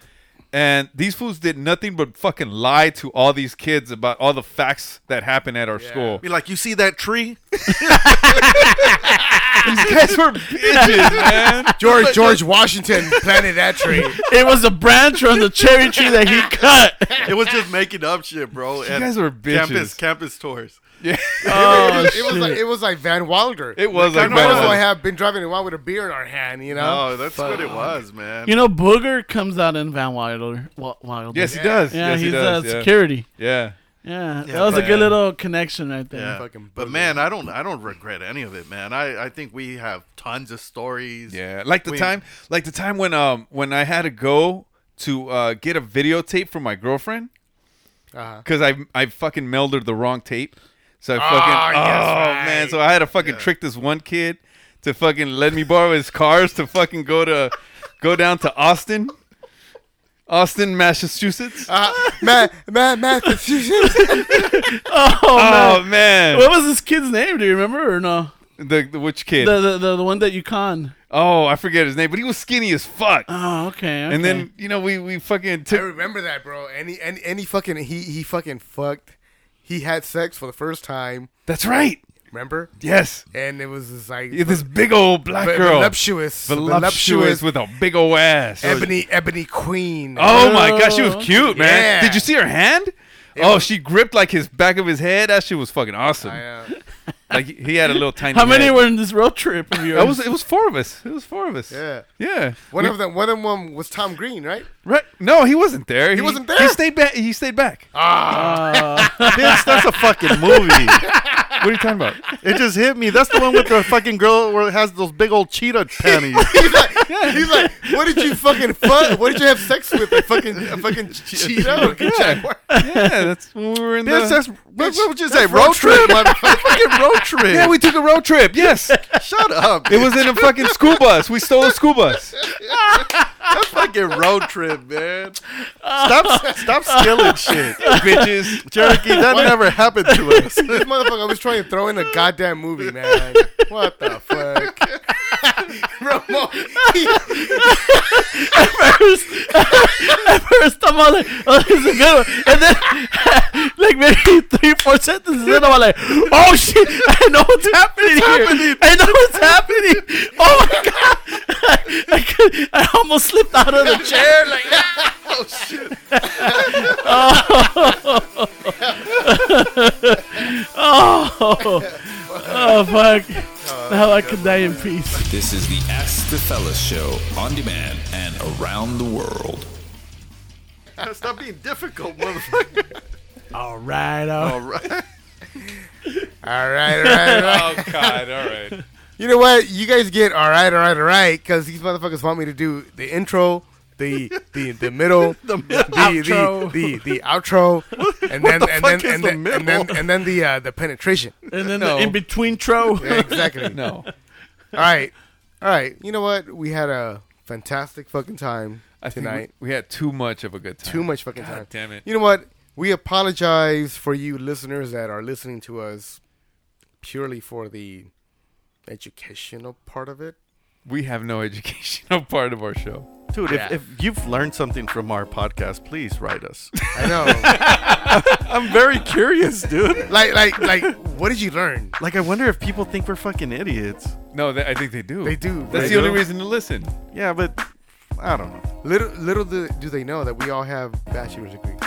[SPEAKER 6] And these fools did nothing but fucking lie to all these kids about all the facts that happened at our school.
[SPEAKER 7] Be like, you see that tree?
[SPEAKER 6] These guys were (laughs) bitches, man. (laughs)
[SPEAKER 5] George George Washington planted that tree.
[SPEAKER 8] It was a branch from the cherry tree that he cut.
[SPEAKER 7] It was just making up shit,
[SPEAKER 8] (laughs)
[SPEAKER 7] bro. You
[SPEAKER 6] guys are
[SPEAKER 7] Campus,
[SPEAKER 6] bitches.
[SPEAKER 7] campus tours.
[SPEAKER 8] Oh,
[SPEAKER 5] it was like it was like Van Wilder.
[SPEAKER 6] It was
[SPEAKER 5] I
[SPEAKER 6] like
[SPEAKER 5] know us all
[SPEAKER 6] that.
[SPEAKER 5] have been driving around with a beer in our hand, you know.
[SPEAKER 7] Oh, that's what it was, man.
[SPEAKER 8] You know, Booger comes out in Van Wilder. Wa- Wilder.
[SPEAKER 6] Yes, he does.
[SPEAKER 8] Yeah,
[SPEAKER 6] yes,
[SPEAKER 8] he's
[SPEAKER 6] he does.
[SPEAKER 8] uh,
[SPEAKER 6] yeah.
[SPEAKER 8] security.
[SPEAKER 6] Yeah.
[SPEAKER 8] Yeah,
[SPEAKER 7] Yeah,
[SPEAKER 8] that was a
[SPEAKER 7] but-
[SPEAKER 8] good little connection right there.
[SPEAKER 5] (laughs)
[SPEAKER 7] Yeah.
[SPEAKER 5] fucking
[SPEAKER 7] But
[SPEAKER 5] booger.
[SPEAKER 7] man, I don't, I don't regret any of it, man. I, I think we have tons of stories.
[SPEAKER 6] Yeah, like the
[SPEAKER 7] We-
[SPEAKER 6] time, like the time when um when I had to go to uh, get a videotape from my girlfriend
[SPEAKER 5] Uh-huh. Ah,
[SPEAKER 6] because I I fucking mailed her the wrong tape, so I fucking
[SPEAKER 5] yes,
[SPEAKER 6] oh
[SPEAKER 5] right.
[SPEAKER 6] man, so I had to fucking trick this one kid to fucking let me borrow his cars to fucking go to go down to Austin, Austin, Massachusetts.
[SPEAKER 5] Uh, man, man, (laughs) man,
[SPEAKER 6] oh man,
[SPEAKER 8] What was this kid's name? Do you remember or no?
[SPEAKER 6] The, the which kid?
[SPEAKER 8] The the, the, the one that you con.
[SPEAKER 6] oh, I forget his name, but he was skinny as fuck.
[SPEAKER 8] Oh, okay. okay.
[SPEAKER 6] and then you know we we fucking
[SPEAKER 5] I
[SPEAKER 6] took
[SPEAKER 5] remember that, bro. And he, and, and he fucking he he fucking fucked. He had sex for the first time.
[SPEAKER 6] that's right.
[SPEAKER 5] Remember?
[SPEAKER 6] Yes.
[SPEAKER 5] And it was just like
[SPEAKER 6] Yeah, this big old black
[SPEAKER 5] ve-
[SPEAKER 6] girl.
[SPEAKER 5] voluptuous,
[SPEAKER 6] voluptuous with a big old ass.
[SPEAKER 5] ebony ebony queen.
[SPEAKER 6] oh my gosh, she was cute, man.
[SPEAKER 5] Yeah.
[SPEAKER 6] Did you see her hand? oh, she gripped like his back of his head. That shit was fucking awesome.
[SPEAKER 5] Yeah.
[SPEAKER 6] Like he- he had a little tiny.
[SPEAKER 8] how many
[SPEAKER 6] head.
[SPEAKER 8] were in this road trip of yours?
[SPEAKER 6] That was it. Was four of us. It was four of us.
[SPEAKER 5] Yeah.
[SPEAKER 6] Yeah.
[SPEAKER 5] One
[SPEAKER 6] We-
[SPEAKER 5] of them, one of them was Tom Green,
[SPEAKER 6] (laughs)
[SPEAKER 5] right?
[SPEAKER 6] right? No, he wasn't there. He,
[SPEAKER 5] wasn't
[SPEAKER 6] He
[SPEAKER 5] there?
[SPEAKER 6] stayed back. He stayed back. Ah.
[SPEAKER 7] (laughs) Bitch, Ah. that's a fucking movie.
[SPEAKER 6] What are you talking about?
[SPEAKER 7] It just hit me. That's the one with the fucking girl where it has those big old cheetah
[SPEAKER 6] (laughs)
[SPEAKER 7] panties.
[SPEAKER 5] He's like, he's like, what did you fucking fuck? What did you have sex with? A fucking a
[SPEAKER 6] (laughs)
[SPEAKER 5] fucking cheeto? Good jaguar.
[SPEAKER 6] Yeah, that's when we were in
[SPEAKER 7] Bitch,
[SPEAKER 6] the.
[SPEAKER 7] that's what, what would you say? Road trip,
[SPEAKER 5] (laughs)
[SPEAKER 7] motherfucking road trip.
[SPEAKER 6] yeah, we took a road trip. Yes, it
[SPEAKER 7] (laughs) shut up. It
[SPEAKER 6] was in a fucking school bus. We stole a school bus.
[SPEAKER 7] was fucking road trip, man.
[SPEAKER 5] (laughs)
[SPEAKER 7] Stop, stop stealing shit,
[SPEAKER 6] Bitches.
[SPEAKER 7] Cherokee. That never happened
[SPEAKER 5] (laughs)
[SPEAKER 7] to us.
[SPEAKER 5] This motherfucker was trying to throw in a goddamn movie, man. What the
[SPEAKER 7] (laughs)
[SPEAKER 5] fuck? (laughs) Ramon,
[SPEAKER 8] (laughs) first time I was like, oh, this is a good one. And then, (laughs) like, maybe three, four sentences in, I'm like, oh shit, I know what's happening here. I know what's happening. Oh my god. (laughs) I, I, could, I almost slipped out of the chair.
[SPEAKER 5] (laughs)
[SPEAKER 8] Oh, fuck. now I could die in peace.
[SPEAKER 1] This is the Ask the Fellas show on demand and around the world.
[SPEAKER 7] Stop being difficult, motherfucker.
[SPEAKER 8] All right. oh. All right.
[SPEAKER 5] All right, all right, all right.
[SPEAKER 6] (laughs) Oh God! All right.
[SPEAKER 5] You know what? You guys get all right, all right, all right, because these motherfuckers want me to do the intro, the the the middle, the
[SPEAKER 8] Outro.
[SPEAKER 5] the, the, the outro, and then
[SPEAKER 7] the
[SPEAKER 5] and then
[SPEAKER 7] fuck is
[SPEAKER 5] and
[SPEAKER 7] the
[SPEAKER 5] then, and then
[SPEAKER 7] middle?
[SPEAKER 5] and then the uh, the penetration.
[SPEAKER 8] And then
[SPEAKER 6] No.
[SPEAKER 8] the in between tro.
[SPEAKER 5] Yeah, exactly.
[SPEAKER 6] No.
[SPEAKER 5] All right, all right. You know what? We had a fantastic fucking time
[SPEAKER 6] I think we-
[SPEAKER 5] tonight.
[SPEAKER 6] we, had too much of a good time.
[SPEAKER 5] Too much fucking
[SPEAKER 6] God
[SPEAKER 5] time.
[SPEAKER 6] damn it.
[SPEAKER 5] You know what? We apologize for you listeners that are listening to us purely for the educational part of it.
[SPEAKER 6] We have no educational (laughs) part of our show.
[SPEAKER 7] Dude,
[SPEAKER 5] Yeah.
[SPEAKER 7] if, if you've learned something from our podcast, please
[SPEAKER 5] (laughs)
[SPEAKER 7] write us.
[SPEAKER 5] I know.
[SPEAKER 6] (laughs)
[SPEAKER 7] I'm very curious, dude.
[SPEAKER 5] like like like what did you learn
[SPEAKER 7] Like, I wonder if people think we're fucking idiots.
[SPEAKER 6] No, they, I think they do.
[SPEAKER 5] They do.
[SPEAKER 6] That's
[SPEAKER 5] They
[SPEAKER 6] the only
[SPEAKER 5] do.
[SPEAKER 6] reason to listen.
[SPEAKER 7] Yeah, but I don't know.
[SPEAKER 5] little little do, do they know that we all have bachelor's
[SPEAKER 6] (laughs)
[SPEAKER 5] degrees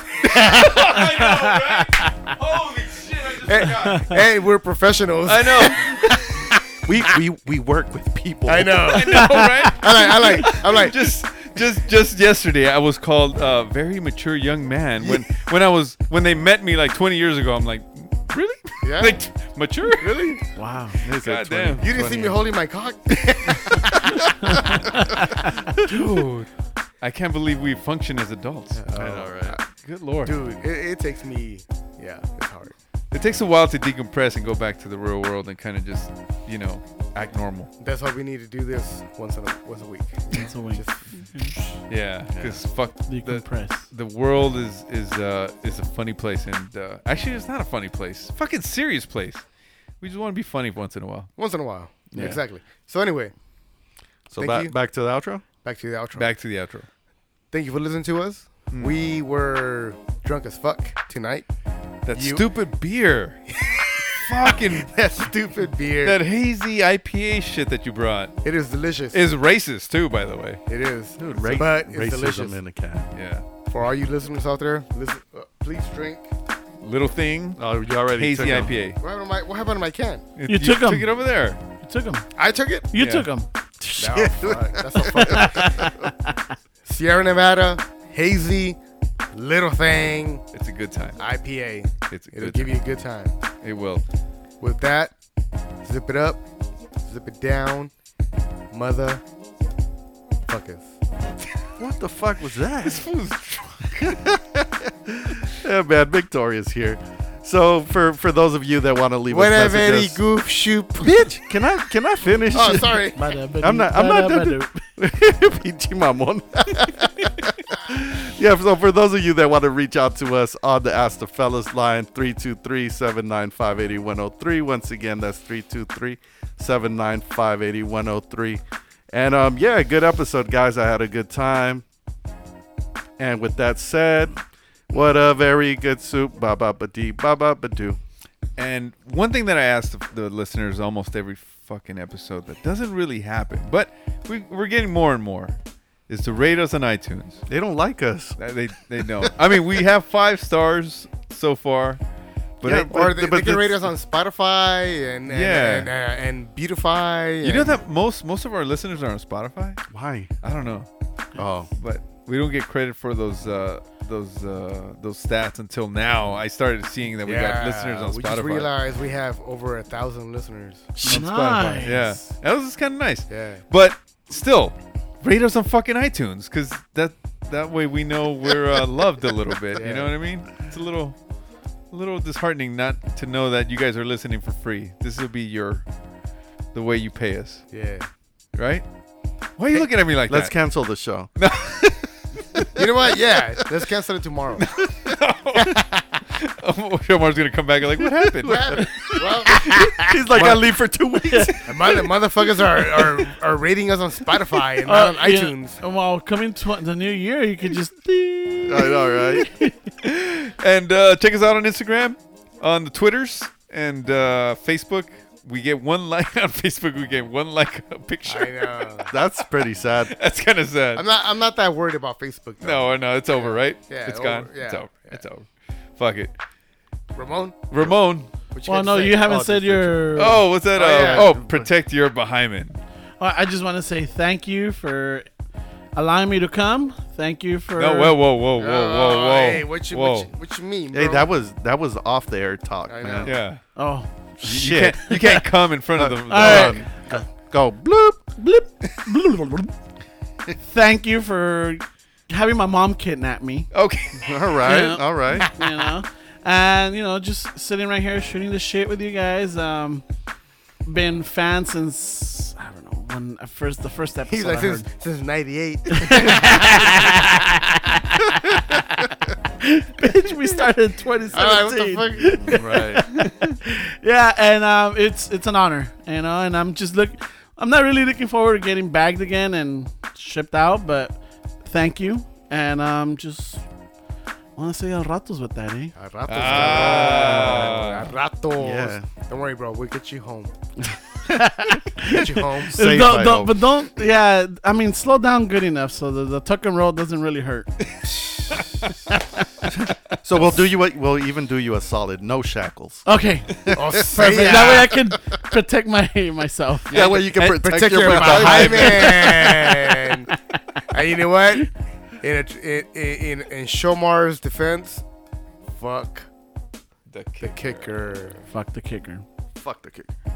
[SPEAKER 6] Holy shit! I, just,
[SPEAKER 5] and, and we're professionals
[SPEAKER 6] I know.
[SPEAKER 7] We we we work with people.
[SPEAKER 5] Ah. I know
[SPEAKER 6] I know, right?
[SPEAKER 5] i like i like i'm
[SPEAKER 6] (laughs)
[SPEAKER 5] like
[SPEAKER 6] Just, just, just yesterday, I was called a very mature young man when when I was when they met me like 20 years ago. I'm like, really?
[SPEAKER 5] Yeah.
[SPEAKER 6] (laughs) like t- mature? Really?
[SPEAKER 7] Wow.
[SPEAKER 6] God damn.
[SPEAKER 5] you didn't see me holding my
[SPEAKER 6] (laughs)
[SPEAKER 5] cock
[SPEAKER 6] Dude, I can't believe we function as adults.
[SPEAKER 7] I
[SPEAKER 5] (laughs)
[SPEAKER 7] know, right?
[SPEAKER 6] uh, Good lord.
[SPEAKER 5] dude it, it takes me yeah it's hard
[SPEAKER 6] It takes a while to decompress and go back to the real world and kind of just, you know, act normal.
[SPEAKER 5] that's why we need to do this once in a once a week (laughs)
[SPEAKER 8] That's a wink.
[SPEAKER 5] just
[SPEAKER 6] Yeah, because fuck the,
[SPEAKER 8] Decompress.
[SPEAKER 6] the world is is uh is a funny place and uh, actually it's not a funny place. It's a fucking serious place. We just want to be funny once in a while.
[SPEAKER 5] once in a while
[SPEAKER 6] Yeah.
[SPEAKER 5] exactly so anyway
[SPEAKER 7] So
[SPEAKER 5] Thank
[SPEAKER 7] back,
[SPEAKER 5] you.
[SPEAKER 7] back to the outro.
[SPEAKER 5] back to the outro
[SPEAKER 6] Back to the outro.
[SPEAKER 5] thank you for listening to us We were drunk as fuck tonight. (laughs)
[SPEAKER 6] That
[SPEAKER 5] You-
[SPEAKER 6] stupid
[SPEAKER 7] (laughs)
[SPEAKER 6] beer. (laughs) Fucking
[SPEAKER 5] That stupid beer.
[SPEAKER 6] that hazy IPA shit that you brought
[SPEAKER 5] it is delicious.
[SPEAKER 6] is racist too, by the way.
[SPEAKER 5] it is.
[SPEAKER 7] Dude, ra-
[SPEAKER 5] but it's
[SPEAKER 7] racism
[SPEAKER 5] delicious.
[SPEAKER 7] in a cat.
[SPEAKER 6] Yeah.
[SPEAKER 5] For all you listeners out there, listen, uh, please drink.
[SPEAKER 6] Little thing.
[SPEAKER 7] Oh, you already
[SPEAKER 6] Hazy
[SPEAKER 7] took 'em.
[SPEAKER 6] IPA.
[SPEAKER 5] What happened to my, what happened to my can?
[SPEAKER 6] You,
[SPEAKER 8] took 'em.
[SPEAKER 6] it over there.
[SPEAKER 8] You took him.
[SPEAKER 5] I took it.
[SPEAKER 8] You
[SPEAKER 6] Yeah.
[SPEAKER 8] took him.
[SPEAKER 5] No, fuck. That's a fuck. (laughs) Sierra Nevada, hazy, little thing,
[SPEAKER 6] It's a good time.
[SPEAKER 5] IPA.
[SPEAKER 6] It's a
[SPEAKER 5] It'll
[SPEAKER 6] good
[SPEAKER 5] give you a good time.
[SPEAKER 6] It will.
[SPEAKER 5] With that, zip it up, zip it down, mother fuckers.
[SPEAKER 7] What the fuck was that?
[SPEAKER 6] Who's
[SPEAKER 7] (laughs) yeah, man, Victoria's here. So for for those of you that want to leave us
[SPEAKER 5] Whatever,
[SPEAKER 7] messages,
[SPEAKER 5] goof shoot, bitch.
[SPEAKER 7] can I can I finish?
[SPEAKER 5] Oh,
[SPEAKER 6] (laughs)
[SPEAKER 5] sorry.
[SPEAKER 7] I'm not. I'm not done. (laughs) Pinche mamon. yeah, so for those of you that want to reach out to us on the Ask the Fellas line, 323 795 8103. Once again, that's 323 795 8103. And um, yeah, good episode, guys. I had a good time. And with that said, what a very good soup. Ba ba ba dee, ba ba ba doo.
[SPEAKER 6] And one thing that I asked the listeners almost every fucking episode that doesn't really happen, but we, we're getting more and more, is to rate us on iTunes.
[SPEAKER 7] They don't like us.
[SPEAKER 6] Uh, They they know. I mean, we have five stars so far, but
[SPEAKER 7] Yeah,
[SPEAKER 6] it-
[SPEAKER 5] Or they,
[SPEAKER 7] But
[SPEAKER 5] they can rate us
[SPEAKER 7] it's-
[SPEAKER 5] on Spotify and and
[SPEAKER 6] Yeah.
[SPEAKER 5] and, uh, and Beautify.
[SPEAKER 6] you know that most most of our listeners are on Spotify.
[SPEAKER 7] Why?
[SPEAKER 6] I don't know,
[SPEAKER 7] Oh.
[SPEAKER 6] but we don't get credit for those uh, those uh, those stats until now. I started seeing that we got listeners on
[SPEAKER 5] we
[SPEAKER 6] Spotify.
[SPEAKER 5] just realized we have over a thousand listeners.
[SPEAKER 8] Nice.
[SPEAKER 6] Yeah, that was just kind of nice.
[SPEAKER 5] Yeah.
[SPEAKER 6] but still, rate us on fucking iTunes because that that way we know we're uh, (laughs) loved a little bit. You
[SPEAKER 5] Yeah.
[SPEAKER 6] know what I mean? It's a little a little disheartening not to know that you guys are listening for free. This will be your the way you pay us,
[SPEAKER 5] Yeah.
[SPEAKER 6] right? Why are you looking at me like (laughs)
[SPEAKER 7] Let's
[SPEAKER 6] that?
[SPEAKER 7] cancel the show.
[SPEAKER 5] You know what? Yeah. Let's cancel it
[SPEAKER 6] (laughs)
[SPEAKER 5] tomorrow. (laughs)
[SPEAKER 6] Omar's gonna come back and like, what happened?
[SPEAKER 5] well,
[SPEAKER 7] He's like, I leave for two weeks. (laughs)
[SPEAKER 5] mother, motherfuckers are, are are rating us on Spotify and not on
[SPEAKER 8] Uh, yeah.
[SPEAKER 5] iTunes.
[SPEAKER 8] Well, coming to the new year, you could just. Beep.
[SPEAKER 7] I know, right?
[SPEAKER 6] and uh, check us out on Instagram, on the Twitters, and uh, Facebook. We get one (laughs) like on Facebook. We get one like a picture.
[SPEAKER 5] I know.
[SPEAKER 7] That's pretty sad.
[SPEAKER 6] (laughs) That's kind of sad.
[SPEAKER 5] I'm not. I'm not that worried about Facebook. Though.
[SPEAKER 6] No, no, it's over, right?
[SPEAKER 5] Yeah,
[SPEAKER 6] it's
[SPEAKER 5] over-
[SPEAKER 6] gone.
[SPEAKER 5] yeah,
[SPEAKER 6] it's over.
[SPEAKER 5] yeah.
[SPEAKER 6] It's over. Fuck it.
[SPEAKER 5] Ramon.
[SPEAKER 6] Ramon.
[SPEAKER 5] What
[SPEAKER 8] Well,
[SPEAKER 5] got to
[SPEAKER 8] no,
[SPEAKER 5] say?
[SPEAKER 8] you haven't
[SPEAKER 7] Oh,
[SPEAKER 8] said
[SPEAKER 7] just-
[SPEAKER 8] your.
[SPEAKER 6] Oh, what's that?
[SPEAKER 5] Oh,
[SPEAKER 6] Oh, uh,
[SPEAKER 5] yeah.
[SPEAKER 6] oh protect your behind.
[SPEAKER 8] Well, I just want to say thank you for allowing me to come. Thank you for.
[SPEAKER 6] No, whoa, whoa, whoa, whoa,
[SPEAKER 5] Oh,
[SPEAKER 6] whoa, whoa.
[SPEAKER 5] Hey, what you,
[SPEAKER 6] whoa.
[SPEAKER 5] what you what you mean? Bro?
[SPEAKER 7] Hey, that was that was off the air talk,
[SPEAKER 5] I
[SPEAKER 7] man.
[SPEAKER 5] know.
[SPEAKER 6] Yeah.
[SPEAKER 8] Oh,
[SPEAKER 6] You
[SPEAKER 7] Shit.
[SPEAKER 6] can't, you can't come
[SPEAKER 5] (laughs)
[SPEAKER 6] in front of them.
[SPEAKER 8] all
[SPEAKER 6] Um,
[SPEAKER 8] right.
[SPEAKER 7] Go bloop.
[SPEAKER 8] Bloop. Bloop, bloop, bloop. (laughs) Thank you for having my mom kidnap me.
[SPEAKER 6] Okay.
[SPEAKER 7] All right,
[SPEAKER 8] Yeah.
[SPEAKER 7] all right.
[SPEAKER 8] You know, and you know, just sitting right here shooting the shit with you guys. Um, been fan since I don't know when I first the first episode.
[SPEAKER 5] He's
[SPEAKER 8] I
[SPEAKER 5] like
[SPEAKER 8] heard.
[SPEAKER 5] since since '98.
[SPEAKER 8] Bitch, (laughs) we started in 2017.
[SPEAKER 5] what the fuck?
[SPEAKER 7] right.
[SPEAKER 8] Yeah, and um, it's it's an honor, you know, and I'm just look, I'm not really looking forward to getting bagged again and shipped out, but thank you, and um, just want to say al ratos with that, eh?
[SPEAKER 5] A ratos,
[SPEAKER 6] Ah.
[SPEAKER 5] bro. A ratos.
[SPEAKER 7] Yeah.
[SPEAKER 5] Don't worry, bro. We'll get you home. get you home.
[SPEAKER 7] Safe,
[SPEAKER 8] Don't-
[SPEAKER 7] I
[SPEAKER 8] don't-
[SPEAKER 7] hope.
[SPEAKER 8] but don't, yeah, I mean, slow down good enough so the, the tuck and roll doesn't really hurt.
[SPEAKER 7] So we'll
[SPEAKER 5] (laughs)
[SPEAKER 7] do you a, we'll even do you a solid, no shackles.
[SPEAKER 8] Okay,
[SPEAKER 5] Oh,
[SPEAKER 8] perfect.
[SPEAKER 5] yeah.
[SPEAKER 8] That way I can protect my myself.
[SPEAKER 7] That way you can protect,
[SPEAKER 5] protect
[SPEAKER 7] your
[SPEAKER 5] your
[SPEAKER 7] behind.
[SPEAKER 5] behind. and you know what? In a, in in in Shomar's defense, fuck
[SPEAKER 6] The
[SPEAKER 5] the kicker.
[SPEAKER 8] Fuck the kicker.
[SPEAKER 7] Fuck the kick.